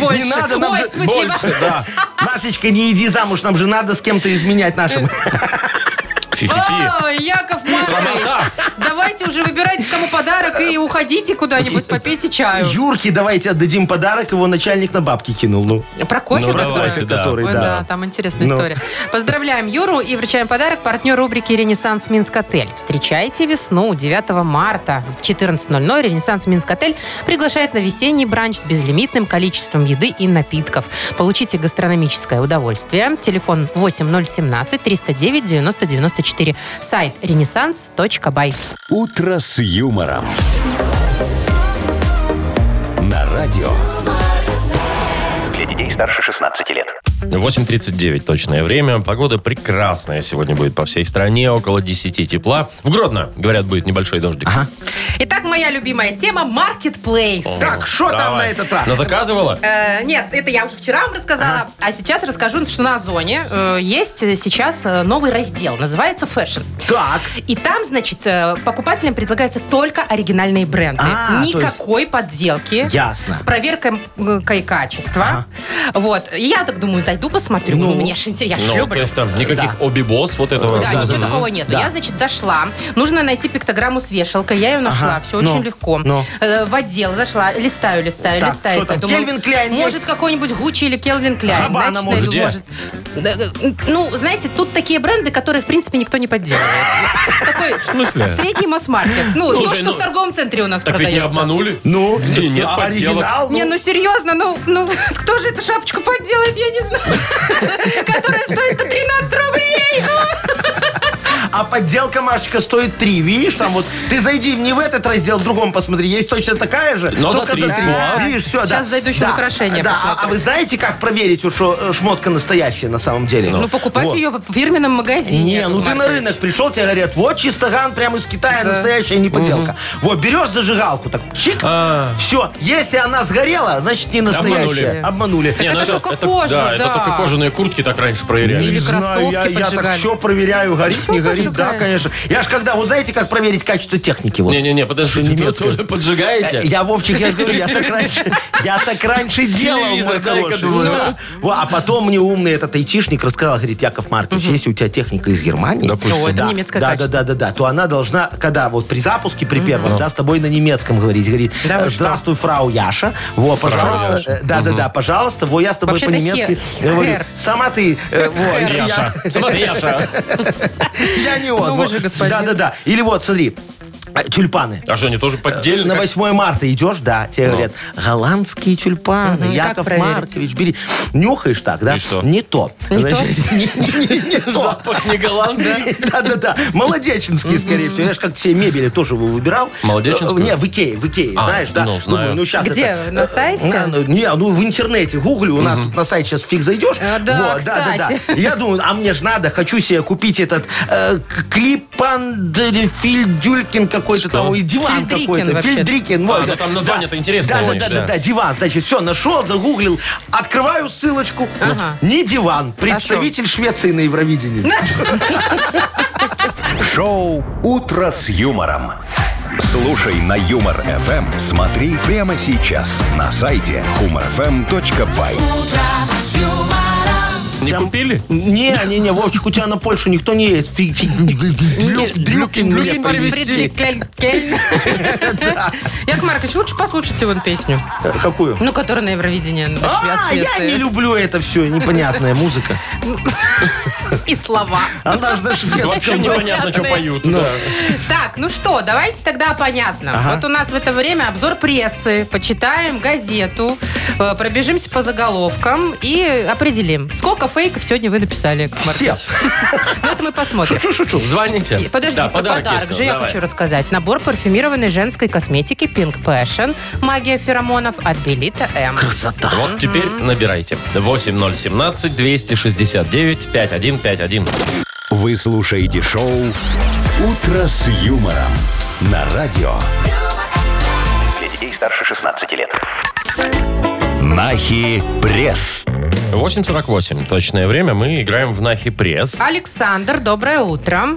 E: Больше.
F: Не надо нам
E: Ой,
F: же-
E: в смысле,
D: больше.
F: Да. Машечка, не иди замуж, нам же надо с кем-то изменять нашим.
D: Фи-фи-фи.
E: Ой, Яков Маркович,
D: Срамота.
E: давайте уже выбирайте кому подарок и уходите куда-нибудь, попейте чаю.
F: Юрке давайте отдадим подарок, его начальник на бабки кинул. Ну,
E: Про кофе,
D: Ну,
E: который-
D: давайте, да.
F: который,
E: Ой,
F: да.
E: да, там интересная
F: Ну.
E: история. Поздравляем Юру и вручаем подарок партнер рубрики «Ренессанс Минск Отель». Встречайте весну 9 марта в 14.00. «Ренессанс Минск Отель» приглашает на весенний бранч с безлимитным количеством еды и напитков. Получите гастрономическое удовольствие. Телефон 8017-309-9094. Сайт renaissance.by.
A: «Утро с юмором». На радио.
H: Для детей старше 16 лет.
D: 8.39 точное время. Погода прекрасная сегодня будет по всей стране. Около 10 тепла. В Гродно, говорят, будет небольшой дождик.
E: Итак, моя любимая тема – маркетплейс.
F: Так, что там
D: Давай. Ну,
F: на этот раз?
D: Назаказывала?
E: Э, нет, это я уже вчера вам рассказала. А сейчас расскажу, что на Озоне э, есть сейчас э, новый раздел. Называется «Фэшн».
F: Так.
E: И там, значит, э, покупателям предлагаются только оригинальные бренды.
F: А, то есть-
E: Никакой подделки.
F: Ясно.
E: С проверкой м, э, качества. Вот. И я так думаю, зайду посмотрю. Ну,
F: Ну.
E: мне ж интересно. Я ж
D: Ну,
E: люблю.
D: то есть там никаких обибос вот этого.
E: Да, ничего
D: Мгм.
E: такого нет. Я, значит, зашла. Нужно найти пиктограмму с вешалкой. Я ее нашла.
F: Ага.
E: Все очень
F: Ну,
E: легко.
F: ну.
E: Э, В отдел зашла. Листаю, листаю,
F: Так,
E: листаю.
F: что там,
E: листаю.
F: Кельвин Кляйн
E: Может,
F: есть?
E: какой-нибудь Гуччи или Келвин Кляйн.
F: Габбана,
E: Значит,
F: может.
E: найду,
D: Где?
E: Да, э, Ну, знаете, тут такие бренды, которые, в принципе, никто не подделывает. Такой
D: смысле?
E: средний масс-маркет. Ну, то,
D: Слушай,
E: что
D: ну,
E: в торговом центре у нас
D: Так ведь не
E: продается.
D: обманули?
F: Ну,
D: Не, нет
F: а
D: подделок.
F: оригинал.
E: Не, ну серьезно, ну, ну кто же эту шапочку подделает, я не знаю. Которая стоит то 13 рублей. ну.
F: А подделка, Машечка, стоит 3. Видишь, там вот ты зайди не в этот раздел, в другом посмотри. Есть точно такая же,
D: Но за
F: только
D: три.
F: за 3.
D: Да.
F: Видишь, все, да.
E: Сейчас зайду еще в
F: Да,
E: украшения
F: Да, а- а
E: посмотрю.
F: вы знаете, как проверить, вот, что э, шмотка настоящая на самом деле?
E: Ну, покупать
F: Вот.
E: ее в фирменном магазине.
F: Не,
E: Яков
F: ну ты на
E: Маркович.
F: рынок пришел, тебе говорят, вот чистоган прямо из Китая, настоящая не поделка. Вот, берешь зажигалку, так, чик,
D: А.
F: все. Если она сгорела, значит, не настоящая. Обманули.
D: Не,
E: это
D: ну
E: только кожа,
D: да, это
E: да.
D: только кожаные куртки так раньше проверяли.
E: Или
F: Не знаю,
E: кроссовки
F: я, я так
E: поджигали.
F: все проверяю, горит,
E: Всё
F: не горит, да,
E: поджигаешь.
F: конечно. Я ж когда, вот знаете, как проверить качество техники? Вот.
D: Не-не-не, подождите, вы
F: немецкая.
D: тоже поджигаете?
F: Э, Я, Вовчик, я же говорю, я так раньше, я так раньше делал,
D: Телевизор,
F: мой
D: дай-ка
F: хороший.
D: думаю.
F: Да. Во, А потом мне умный этот айтишник рассказал, говорит, Яков Маркович, если у тебя техника из Германии,
E: Допустим. О, это немецкое
F: да, да,
E: качество.
F: да, да, да, то она должна, когда вот при запуске, при первом, да, с тобой на немецком говорить, говорит,
E: Да вы
F: «Э, здравствуй, фрау Яша, во, пожалуйста,
D: Яша.
F: э, да, да, да, пожалуйста, во, я с тобой
E: Вообще-то
F: по-немецки
E: хер.
F: говорю,
E: Хер.
F: сама ты, э, во,
E: Хер.
F: я-
D: Яша. Смотри, Яша.
F: я не он,
E: Ну вы
F: во.
E: же господин.
F: да, да, да, или вот, смотри, э, тюльпаны,
D: А что, они тоже поддельно?
F: на 8 марта идешь, да, тебе
D: Ну.
F: говорят, голландские тюльпаны,
E: Мгм, как
F: Яков
E: проверить?
F: Маркович, бери. Нюхаешь так, да?
D: И что?
F: Не то.
E: Не
F: Значит, не- не- не
D: как
F: то.
D: Запах не
F: Э,
D: голландский.
F: Да-да-да, молодеченские, скорее всего. Я же как все мебели тоже вы- выбирал.
D: Молодеченскую?
F: Э, Не, в Икее, в Икее,
D: А,
F: знаешь, да?
D: ну, знаю.
F: Думаю, щас
E: Где,
F: это-
E: на сайте?
F: Э, ну, Не, ну в интернете, гугли, у нас тут на сайт сейчас фиг зайдешь.
E: Э, да,
F: Вот, да-да-да.
E: кстати.
F: Я думаю, а мне же надо, хочу себе купить этот э, к- клипандерфильдюлькин какой-то там, и диван
E: Фильдрикен
F: какой-то.
E: вообще-то.
F: Фильдрикен. вот.
D: А, ну там название-то интересное
F: Да,
D: у
F: да,
D: них,
F: да,
D: да.
F: да, да, диван. Значит, все, нашел, загуглил, открываю ссылочку.
E: Ага. А
F: Не диван, представитель Швеции на Евровидении.
A: Шоу «Утро с юмором». Слушай на Юмор ФМ. Смотри прямо сейчас на сайте humorfm.by.
D: Не купили?
F: Не, не, не, Вовчик, у тебя на Польшу никто не едет. Фиг, фиг, глюк, глюкин мне
D: глюкин
F: привезти.
D: Привести.
E: Притли- кель- кель. Яков Маркович, лучше послушайте вон песню.
F: Э, Какую?
E: Ну, которая на Евровидении на Шве- от
F: А, я не
E: Швеции.
F: люблю это все, непонятная музыка.
E: И слова.
F: Она же на
D: Вообще
F: шведском.
D: непонятно, что поют.
E: Так, ну что, давайте тогда понятно. Вот у нас в это время обзор прессы. Почитаем газету, э, пробежимся по заголовкам и определим, сколько фейков сегодня вы написали, Яков
F: Все.
E: Маркович. Ну, это мы посмотрим.
F: Шучу-шучу.
D: Звоните.
E: И- Подождите,
D: Э, Да,
E: про подарок,
D: искал,
E: же я
D: давай.
E: хочу рассказать. Набор парфюмированной женской косметики Pink Passion. Магия феромонов от Белита М.
F: Красота.
D: Вот теперь набирайте. 8017-269-5151.
A: Вы слушаете шоу «Утро с юмором» на радио
H: Для детей старше 16 лет.
A: «Нахи Пресс».
D: 8.48. Точное время. Мы играем в Нахи Пресс.
E: А Александр, доброе утро.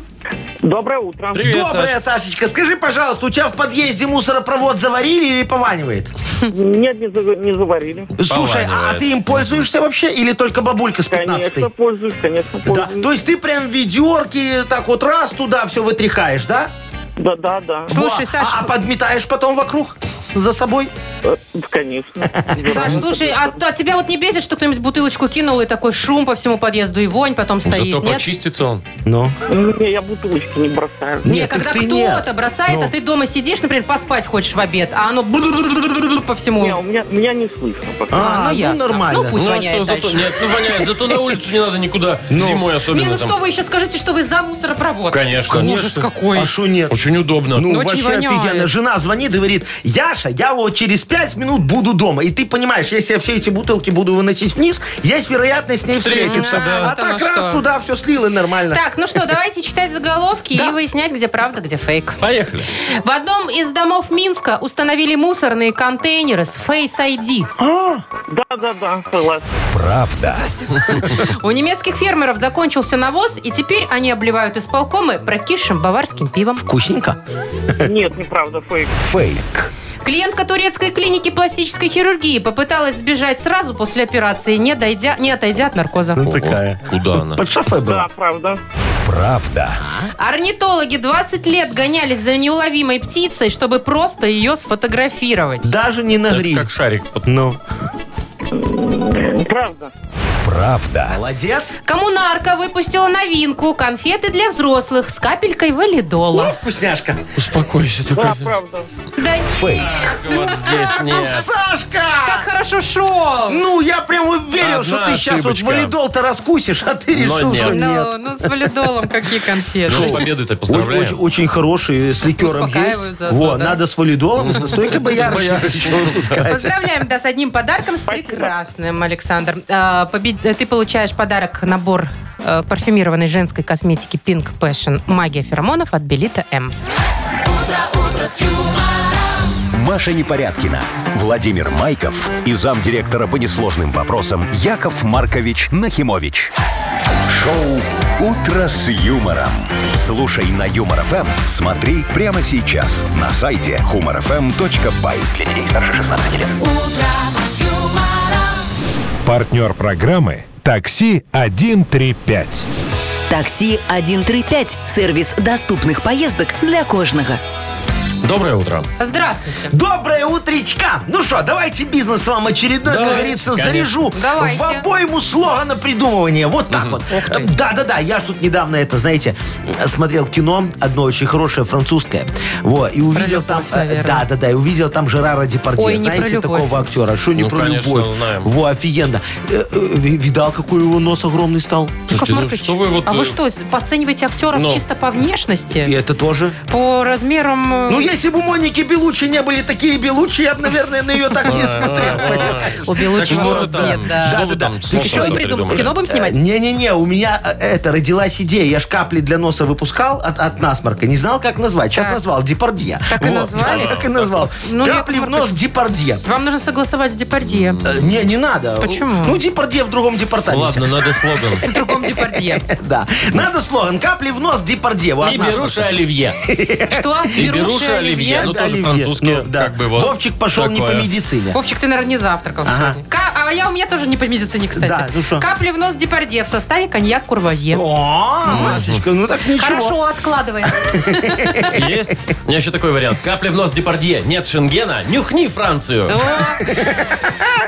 J: Доброе утро.
D: Привет,
F: Добрая,
D: Саш.
F: Сашечка. Скажи, пожалуйста, у тебя в подъезде мусоропровод заварили или пованивает?
J: Нет, не, зав- не заварили.
F: Слушай, а- а
D: Пованивает.
F: ты им пользуешься вообще или только бабулька с
J: Конечно,
F: 15
J: пользуюсь, конечно,
F: да.
J: пользуюсь.
F: То есть ты прям ведерки так вот раз туда все вытряхаешь, да?
J: Да, да, да.
E: Слушай,
F: Во.
E: Саш-
F: А, а подметаешь потом вокруг за собой?
J: Э, Конечно.
E: Саш, слушай, а, а тебя вот не бесит, что кто-нибудь бутылочку кинул и такой шум по всему подъезду и вонь потом стоит,
D: Зато
E: нет?
D: почистится он.
F: Ну.
J: Не, я бутылочки не бросаю.
E: Не,
F: Нет, так
E: когда
F: ты
E: кто-то
F: нет.
E: бросает, а ты дома сидишь, например, поспать хочешь в обед, а оно брррррррррр по всему.
J: Не, у меня, меня не слышно. пока.
F: А, ну,
E: ясно.
F: нормально.
E: Ну, пусть
D: Ну а
E: воняет
D: что, зато...
E: дальше.
D: Нет, ну воняет. Зато на улицу не надо никуда. Зимой особенно.
E: Не, ну
D: там.
E: что вы еще скажите, что вы за мусоропровод?
D: Конечно.
E: Ужас какой.
F: А шо нет?
D: Очень удобно.
F: Ну,
E: Ну, очень
F: вообще
E: воняет.
F: офигенно. Жена звонит и говорит, Яша, я вот через пять минут буду дома. И ты понимаешь, если я все эти бутылки буду выносить вниз, есть вероятность с ней
D: Встретиться,
F: встретиться.
D: да.
F: А
E: Вот оно
F: так раз
E: что.
F: туда все слил и нормально.
E: Так, ну что, давайте читать заголовки и выяснять, где правда, где фейк.
D: Поехали.
E: В одном из домов Минска установили мусорные контейнеры с Face ID.
J: Да, да, да, согласен.
A: Правда,
E: У немецких фермеров закончился навоз, и теперь они обливают исполкомы прокисшим баварским пивом.
F: Вкусненько.
J: Нет, неправда, фейк.
A: фейк,
E: Клиентка турецкой клиники пластической хирургии попыталась сбежать сразу после операции, не, дойдя, не отойдя от наркоза.
F: Ну, такая.
D: Куда она?
F: Под шофе была.
J: Да, правда.
A: правда,
E: Орнитологи 20 лет гонялись за неуловимой птицей, чтобы просто ее сфотографировать.
F: Даже не на
D: Так,
F: гриль.
D: Как шарик. под-
F: Ну.
J: Правда.
A: правда,
F: Молодец.
E: Коммунарка выпустила новинку – конфеты для взрослых с капелькой
F: О,
E: валидола.
F: вкусняшка.
D: Успокойся.
J: Да,
D: Такой...
J: правда.
E: Да
A: фейк,
D: Вот здесь нет.
E: как
F: Сашка!
E: хорошо шел!
F: Ну, я прям уверен,
D: Одна
F: что ты сейчас вот
D: ошибочка.
F: валидол-то раскусишь, а ты
D: Но
F: решил,
D: нет.
F: что нет.
E: Ну, ну, с валидолом какие конфеты.
D: Ну, с победой-то
F: Ой,
D: поздравляем.
F: Очень, очень хорошие, с ликером
E: Успокаивают
F: есть.
E: заодно,
F: Во,
E: да.
F: надо с валидолом и со стойкой боярышника еще выпускать.
E: Поздравляем, да, с одним подарком, с прекрасным, Александр. А, побед- э, Ты получаешь подарок набор э, парфюмированной женской косметики Pink Passion «Магия феромонов» от Белита М.
A: Маша Непорядкина, Владимир Майков и замдиректора по несложным вопросам Яков Маркович Нахимович. Шоу «Утро с юмором». Слушай на Юмор ФМ, смотри прямо сейчас на сайте humorfm.by.
H: Для детей старше 16 лет.
B: Партнер программы «Такси 135».
C: Такси 135. Сервис доступных поездок для кожного.
D: Доброе утро.
E: Здравствуйте.
F: Доброе утречка! Ну что, давайте бизнес вам очередной, как
D: Давайте,
F: говорится,
D: конечно.
F: заряжу.
E: Давайте.
F: В обойму слогана придумывания. Вот так вот. Да-да-да, я ж тут недавно это, знаете, смотрел кино, одно очень хорошее французское. Во, и увидел
E: любовь,
F: там...
E: наверное.
F: э, Да-да-да, и увидел там Жерара Депардье.
E: Ой, не про
F: знаете
E: любовь.
F: такого актера? Что не
D: Ну,
F: про
D: конечно,
F: любовь?
D: знаем.
F: Во, офигенно. Э, э, ви- Видал, какой его нос огромный стал?
D: Слушайте,
E: Яков
D: ну
E: Маркович,
D: что вы вот...
E: а
D: э,
E: вы что, подцениваете актеров
D: ну.
E: чисто по
F: И
E: внешности?
F: это тоже.
E: По размерам... э,
F: Ну, если бы у Моники Белучи не были такие Белучи, я бы, наверное, на ее так не смотрел.
E: У
D: Так
E: Белучи
D: что вы
E: волос нет,
D: там?
E: да.
D: Что вы там?
F: Да-да-да.
D: с
F: Ты
E: Что
D: носом-то
E: вы придумали?
D: придумали? Э,
E: Кино будем снимать?
F: Э, Не-не-не, у меня э, это родилась идея. Я ж капли для носа выпускал от, от насморка. Не знал, как назвать. Сейчас
E: Так.
F: назвал Депардье.
E: Так и назвали?
F: Да, так и назвал.
E: Ну,
F: Капли
E: Яков
F: в нос Депардье.
E: Вам нужно согласовать с Депардье.
F: Э, Не, не надо.
E: Почему?
F: Ну, Депардье в другом департаменте.
D: Ладно, надо слоган.
E: В другом Депардье.
F: Да. Надо слоган «Капли в нос Депардье». Вот
D: И
F: насморка.
D: беруши оливье.
E: Что?
D: И беруши
E: Беруши
D: оливье, ну тоже
F: Оливье.
D: французские.
F: Ну, да.
D: Как бы вот
F: Вовчик пошел не по
D: такое.
F: медицине.
E: Вовчик, ты, наверное, не завтракал
F: Ага.
E: сегодня. Ка- а я у меня тоже не по медицине, кстати.
F: Да, ну что?
E: Капли в нос депардье в составе коньяк курвазье.
F: О, Машечка, ну так ничего.
E: Хорошо, откладывай.
D: Есть? У меня еще такой вариант. Капли в нос Депардье. Нет Шенгена. Нюхни Францию.
E: О,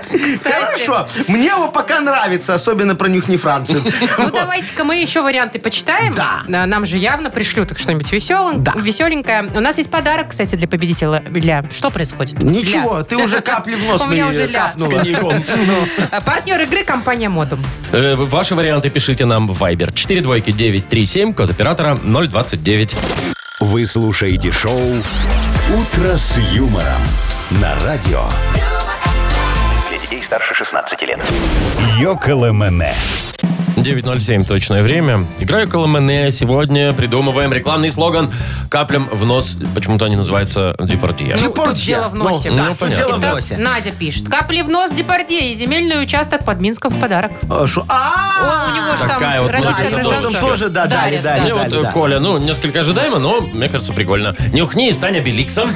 E: Кстати,
F: Хорошо. Мне его пока нравится, особенно про нюхни Францию.
E: ну давайте-ка мы еще варианты почитаем.
F: Да.
E: Э, Нам же явно пришлют так что-нибудь веселенькое.
F: Да.
E: веселенькое. У нас есть подарок, кстати, для победителя. Ля. Что происходит?
F: Ничего, Ну.
E: Ля.
F: ты уже капли в нос
E: У меня
F: мне
E: уже ля.
F: капнула.
E: А Партнер игры компания Модум.
D: Э, вы- Ваши варианты пишите нам в Viber. 4 двойки 937, код оператора 029.
A: Вы слушаете шоу «Утро с юмором» на радио
H: Для детей старше 16 лет.
B: Йоколэмэне.
D: 9.07 точное время. Играю Коломене. Сегодня придумываем рекламный слоган «Каплям в нос». Почему-то они называются Депардье.
E: Ну,
F: Депортье.
E: тут дело в носе.
F: Ну,
E: Да,
F: ну,
E: тут
D: понятно.
F: дело в
E: Итак,
F: носе.
E: Надя пишет. Капли в нос Депардье и земельный участок под Минском в подарок.
F: А, шо- А,
E: У него же
D: такая
E: там
D: вот
E: российское
D: логика.
E: гражданство.
F: Там тоже, да,
E: Дарят,
F: дали,
E: да.
F: дали.
D: Мне вот, э,
F: да.
D: Коля, ну, несколько ожидаемо, но мне кажется, прикольно. Нюхни и стань обеликсом.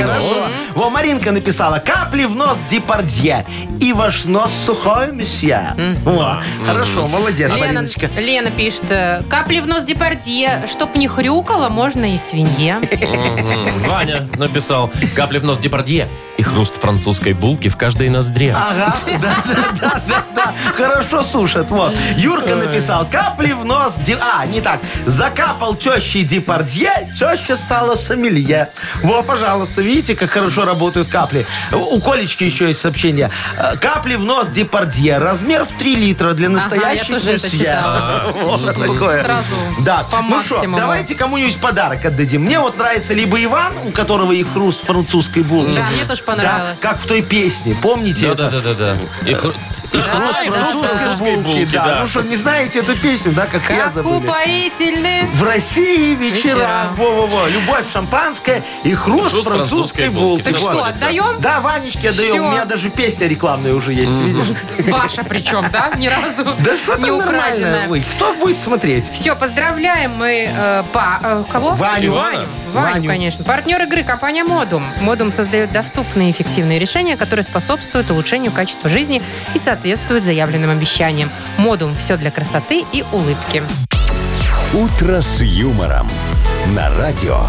F: Хорошо. Во, Маринка написала, капли в нос Депардье. И ваш нос сухой, месье. Во, Хорошо, молодец,
E: Лена,
F: Мариночка.
E: Лена пишет, э, капли в нос депардье, чтоб не хрюкало, можно и свинье.
D: Мгм. Ваня написал «Капли в нос Депардье» и хруст французской булки в каждой ноздре.
F: Ага, да, да, да, да, да. Хорошо сушат. Вот. Юрка написал, капли в нос. Ди... А, не так. Закапал тещи Депардье, теща стала сомелье. Во, пожалуйста, видите, как хорошо работают капли. У Колечки еще есть сообщение. Э, Капли в нос Депардье. Размер в 3 литра для настоящих
E: я тоже это
F: мусье.
E: читала.
F: Вот такое.
E: Сразу
F: Да.
E: по
F: ну что,
E: максимуму.
F: давайте кому-нибудь подарок отдадим. Мне вот нравится либо Иван, у которого и хруст французской булки.
E: Да, мне тоже понравилось.
F: Да, как в той песне, помните? это?
D: Да-да-да-да. И хру-
F: Хруст
E: да,
F: французской булки, да. Ну что, не знаете эту песню, да, как я
E: Как
F: забыл?
E: упоительны.
F: В России
E: Вечера.
F: вечера. Во-во-во. Любовь, шампанское и хруст
D: Хруст французской
F: французской
D: булки.
F: булки.
E: Так
D: Всё
E: что,
D: нравится.
E: отдаем?
F: Да, Ванечке отдаем.
E: Всё.
F: У меня даже песня рекламная уже есть, видишь?
E: Ваша причем, да? Ни разу
F: Да что
E: не
F: там
E: украденная.
F: нормально? Ой, кто будет смотреть?
E: Все, поздравляем мы э, па- э, кого?
F: Ваню.
D: Ивана?
E: Ваню,
F: Ваню.
E: конечно. Партнер игры компания Модум. Модум создает доступные и эффективные решения, которые способствуют улучшению качества жизни и соответствуют заявленным обещаниям. Модум все для красоты и улыбки.
A: «Утро с юмором» на радио.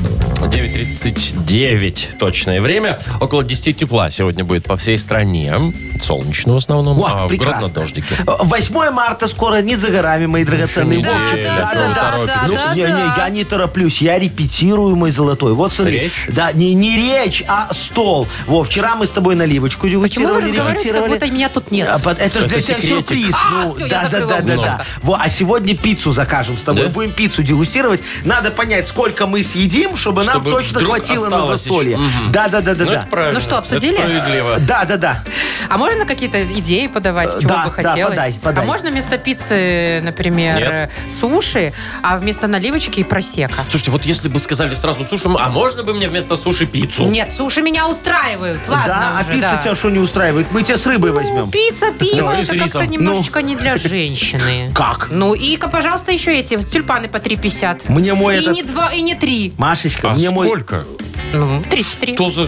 D: 9.39 точное время. Около 10 тепла сегодня будет по всей стране. Солнечно в основном,
F: О,
D: а в
F: прекрасно.
D: город на дождики.
F: 8 марта скоро, не за горами, мои драгоценные.
D: неделя,
F: Вовчик,
D: да, да, да,
F: Ну,
E: да,
F: не,
E: да.
F: не, я не тороплюсь, я репетирую, мой золотой. Вот смотри.
D: Речь?
F: Да, не, не речь, а стол. Во, вчера мы с тобой наливочку
E: Почему вы
F: дегустировали,
E: разговариваете, Ну, как
F: репетировали.
E: будто меня тут нет?
F: А, под- Это же
D: Это
F: для тебя
D: секретик.
F: сюрприз.
E: А,
F: ну,
E: всё, я
F: да, да,
E: закрыла
F: да, да,
E: глаза.
F: да. Во, а сегодня пиццу закажем с тобой.
D: Да?
F: Будем пиццу дегустировать. Надо понять, сколько мы съедим, чтобы, нам
D: Чтобы
F: точно
D: вдруг
F: хватило на
D: осталось
F: застолье.
D: еще. Мгм.
F: Да, да, да, да,
D: Ну, это
F: да.
D: правильно.
E: Ну что, обсудили?
D: Это справедливо.
F: Да, да, да.
E: А можно какие-то идеи подавать,
F: Э,
E: чего
F: да,
E: бы
F: да,
E: хотелось?
F: подай, подай.
E: А можно вместо пиццы, например,
D: Нет.
E: э, суши, а вместо наливочки и просека?
D: Слушайте, вот если бы сказали сразу суши, а можно бы мне вместо суши пиццу?
E: Нет, суши меня устраивают. Ладно
F: да, а
E: уже,
F: пицца
E: да. Ну,
F: тебя что не устраивает? Мы тебя с рыбой возьмем.
E: Пицца, пиво,
D: Ну, и с
E: это как-то
D: рисом.
E: немножечко не для женщины.
F: Как?
E: Ну и, ка- пожалуйста, еще эти тюльпаны по 3,50.
F: Мне мой
E: и
F: этот-
E: не два, и не три.
F: Машечка,
D: А
F: мне мой...
D: сколько?
E: Ну, 34.
D: Что за...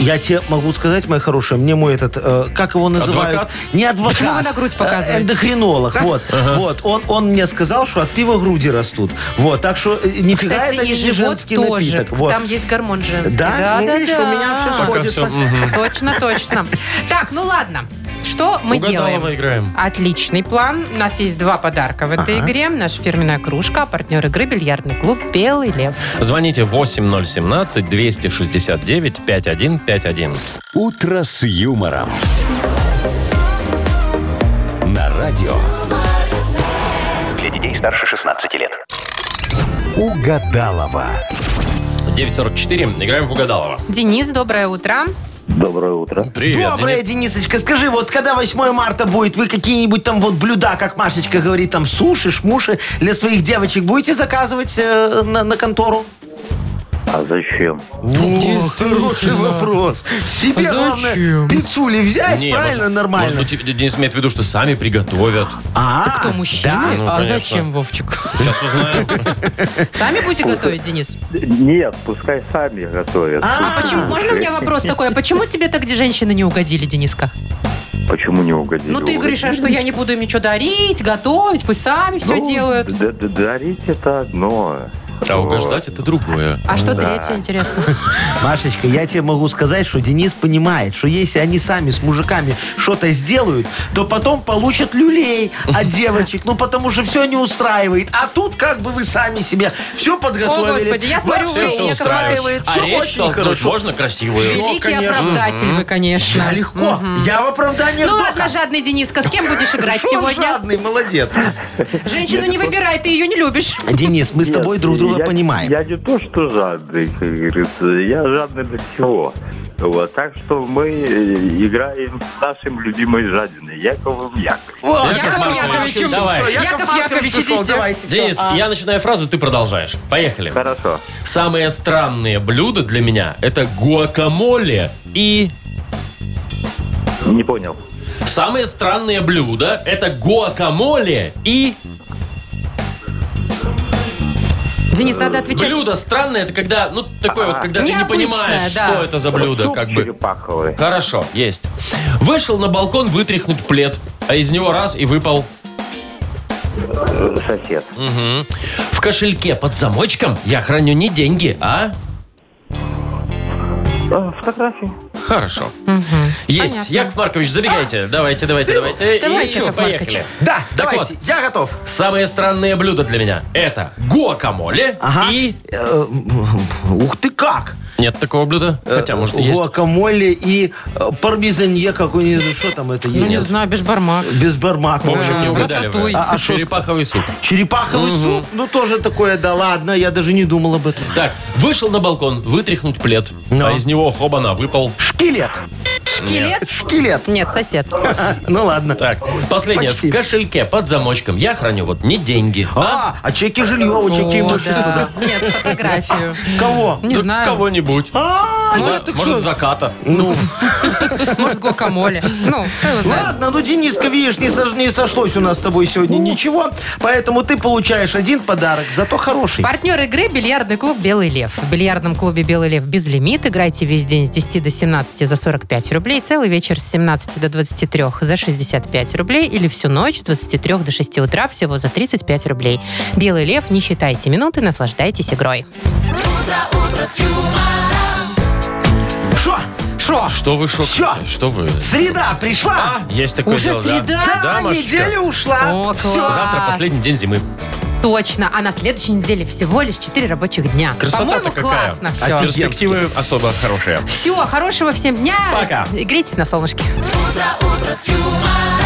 F: Я тебе могу сказать, моя хорошая, мне мой этот, э, как его называют?
D: Адвокат?
F: Не адвокат.
E: Почему вы на грудь показываете?
F: Э, Эндокринолог, вот. Вот, он, он мне сказал, что от пива груди растут. Вот, так что э, нифига
E: Кстати,
F: это
E: и
F: не
E: живот
F: женский
E: тоже.
F: напиток. Вот.
E: Там есть гормон женский.
F: Да? ну, видишь, у меня все
D: Пока
F: сходится.
D: всё, мгм.
E: Точно, точно. Так, ну ладно. Что мы
D: Угадалово
E: делаем?
D: играем.
E: Отличный план. У нас есть два подарка в этой игре. Наша фирменная кружка, а партнер игры бильярдный клуб «Белый лев».
D: Звоните 8017-269-5151.
A: «Утро с юмором». На радио
H: Для детей старше 16 лет.
A: «Угадалова».
D: 9.44. Играем в Угадалова.
E: Денис, доброе утро.
J: Доброе утро.
D: Привет,
F: Доброе,
D: Денис.
F: Денисочка, скажи, вот когда 8 марта будет, вы какие-нибудь там вот блюда, как Машечка говорит, там суши, шмуши для своих девочек будете заказывать э, на, на контору?
J: А зачем?
F: Во, хороший вопрос. Себе главное пиццули взять,
D: Не,
F: правильно,
D: может-
F: нормально.
D: Может быть, Денис имеет в виду, что сами приготовят.
F: а,
E: Кто, мужчина?
D: ну,
E: а
D: конечно.
E: зачем, Вовчик?
D: Сейчас узнаем.
E: Сами будете готовить, Денис?
J: Нет, пускай сами готовят.
E: А почему? Можно мне вопрос такой? А почему тебе так, где женщины не угодили, Дениска?
J: Почему не угодили?
E: Ну, ты говоришь, а что я не буду им ничего дарить, готовить, пусть сами все
J: Ну,
E: делают.
J: д- д- Дарить это одно.
D: А угождать это другое.
E: А что третье, интересно?
F: Машечка, я тебе могу сказать, что Денис понимает, что если они сами с мужиками что-то сделают, то потом получат люлей от девочек, ну потому что все не устраивает. А тут как бы вы сами себе все подготовили.
E: О, Господи, я
F: Во
E: смотрю,
F: всё,
E: вы
F: всё
E: Яков Маркович.
F: устраивает.
D: А
F: Всё
D: речь
F: очень
D: толкнуть
F: хорошо.
D: можно красивую.
E: Великий
F: конечно.
E: оправдатель вы, конечно.
F: Да, легко. Я в оправдании
E: Ну
F: Дока.
E: ладно, жадный Дениска, с кем будешь играть
F: Шо он
E: сегодня?
F: жадный, молодец.
E: Женщину не выбирай, ты ее не любишь.
F: Денис, мы с тобой друг друга понимаем.
J: Я не то, что жадный, как говорится, я жадный до всего. Вот, так что мы э, играем с нашим любимой жадиной, Яковым Яковлевичем.
F: Вот.
E: Яков
D: Маркович,
E: Яковлевичу.
D: давай.
F: Всё,
E: Яков Яковлевич,
F: ушел,
E: идите.
F: давайте, всё.
D: Денис, я начинаю фразу, ты продолжаешь. Поехали.
J: Хорошо.
D: Самые странные блюда для меня это гуакамоле и...
J: Не понял.
D: Самые странные блюда это гуакамоле и...
E: Денис, надо отвечать.
D: Блюдо странное, это когда, ну, такое вот, когда ты не
E: А, Необычное,
D: понимаешь,
E: да. ну,
D: что это за блюдо,
J: Суп
D: как бы.
J: черепаховый.
D: Хорошо, есть. Вышел на балкон вытряхнуть плед, а из него раз и выпал.
J: Э, Сосед.
D: Мгм. В кошельке под замочком я храню не деньги, а...
J: А, Фотографии.
D: Хорошо. Есть.
E: Понятно.
D: Яков Маркович, забегайте. Давайте, давайте, давайте. И
E: Давайте,
D: всё,
E: Яков
D: поехали.
E: Маркович.
F: Да,
D: Так
F: давайте,
D: вот.
F: я готов.
D: Самые странные блюда для меня это гуакамоле
F: Ага.
D: и...
F: Э, Ух ты как! Э,
D: Нет такого блюда, Э, хотя, может, и есть.
F: Гуакамоле и э, пармезанье какой-нибудь. Что там это
E: Ну, не
F: есть?
E: знаю, бешбармак.
F: Без бармака.
D: В общем, не угадали вы.
E: рататуй.
F: А, а шо с-
D: Черепаховый суп.
F: Черепаховый суп? Ну, тоже такое, да ладно, я даже не думал об этом.
D: Так, вышел на балкон вытряхнуть плед,
F: Ну.
D: а из него хобана выпал.
F: Шкелет.
E: Скелет?
F: Шкелет.
E: Нет, сосед.
F: Ну, ладно.
D: Так, последнее.
F: Почти.
D: В кошельке под замочком я храню вот не деньги, а,
F: А, а чеки жилье, у чеки
E: О,
F: имущества,
E: да. Нет, фотографию.
F: Кого?
E: Не
D: да
E: знаю.
D: кого-нибудь.
F: А,
D: За-
F: ну, так
D: может,
F: что?
D: заката. Ну,
E: Может, гуакамоле. Ну, кто его знает.
F: Ладно, ну, Дениска, видишь, не, сож- не сошлось у нас с тобой сегодня ничего, поэтому ты получаешь один подарок, зато хороший.
E: Партнер игры – бильярдный клуб «Белый лев». В бильярдном клубе «Белый лев» безлимит. Играйте весь день с 10 до 17 за 45 рублей, целый вечер с 17 до 23 за 65 рублей или всю ночь с 23 до 6 утра всего за 35 рублей. «Белый лев», не считайте минуты, наслаждайтесь игрой.
F: Шо?
E: Шо?
D: Что вы шок?
F: Всё.
D: Что вы? А,
F: Среда пришла?
D: Есть такое
E: Уже
D: дело, да.
E: среда?
D: да?
F: А,
D: Машечка?
F: неделя ушла.
E: О,
F: Всё.
E: класс.
D: Завтра последний день зимы.
E: Точно, а на следующей неделе всего лишь 4 рабочих дня.
D: Красота-то
E: По-моему,
D: какая.
E: классно
D: А
E: все.
D: перспективы особо хорошие.
E: Все, хорошего всем дня.
D: Пока.
E: Грейтесь на солнышке.
K: утро с юмором.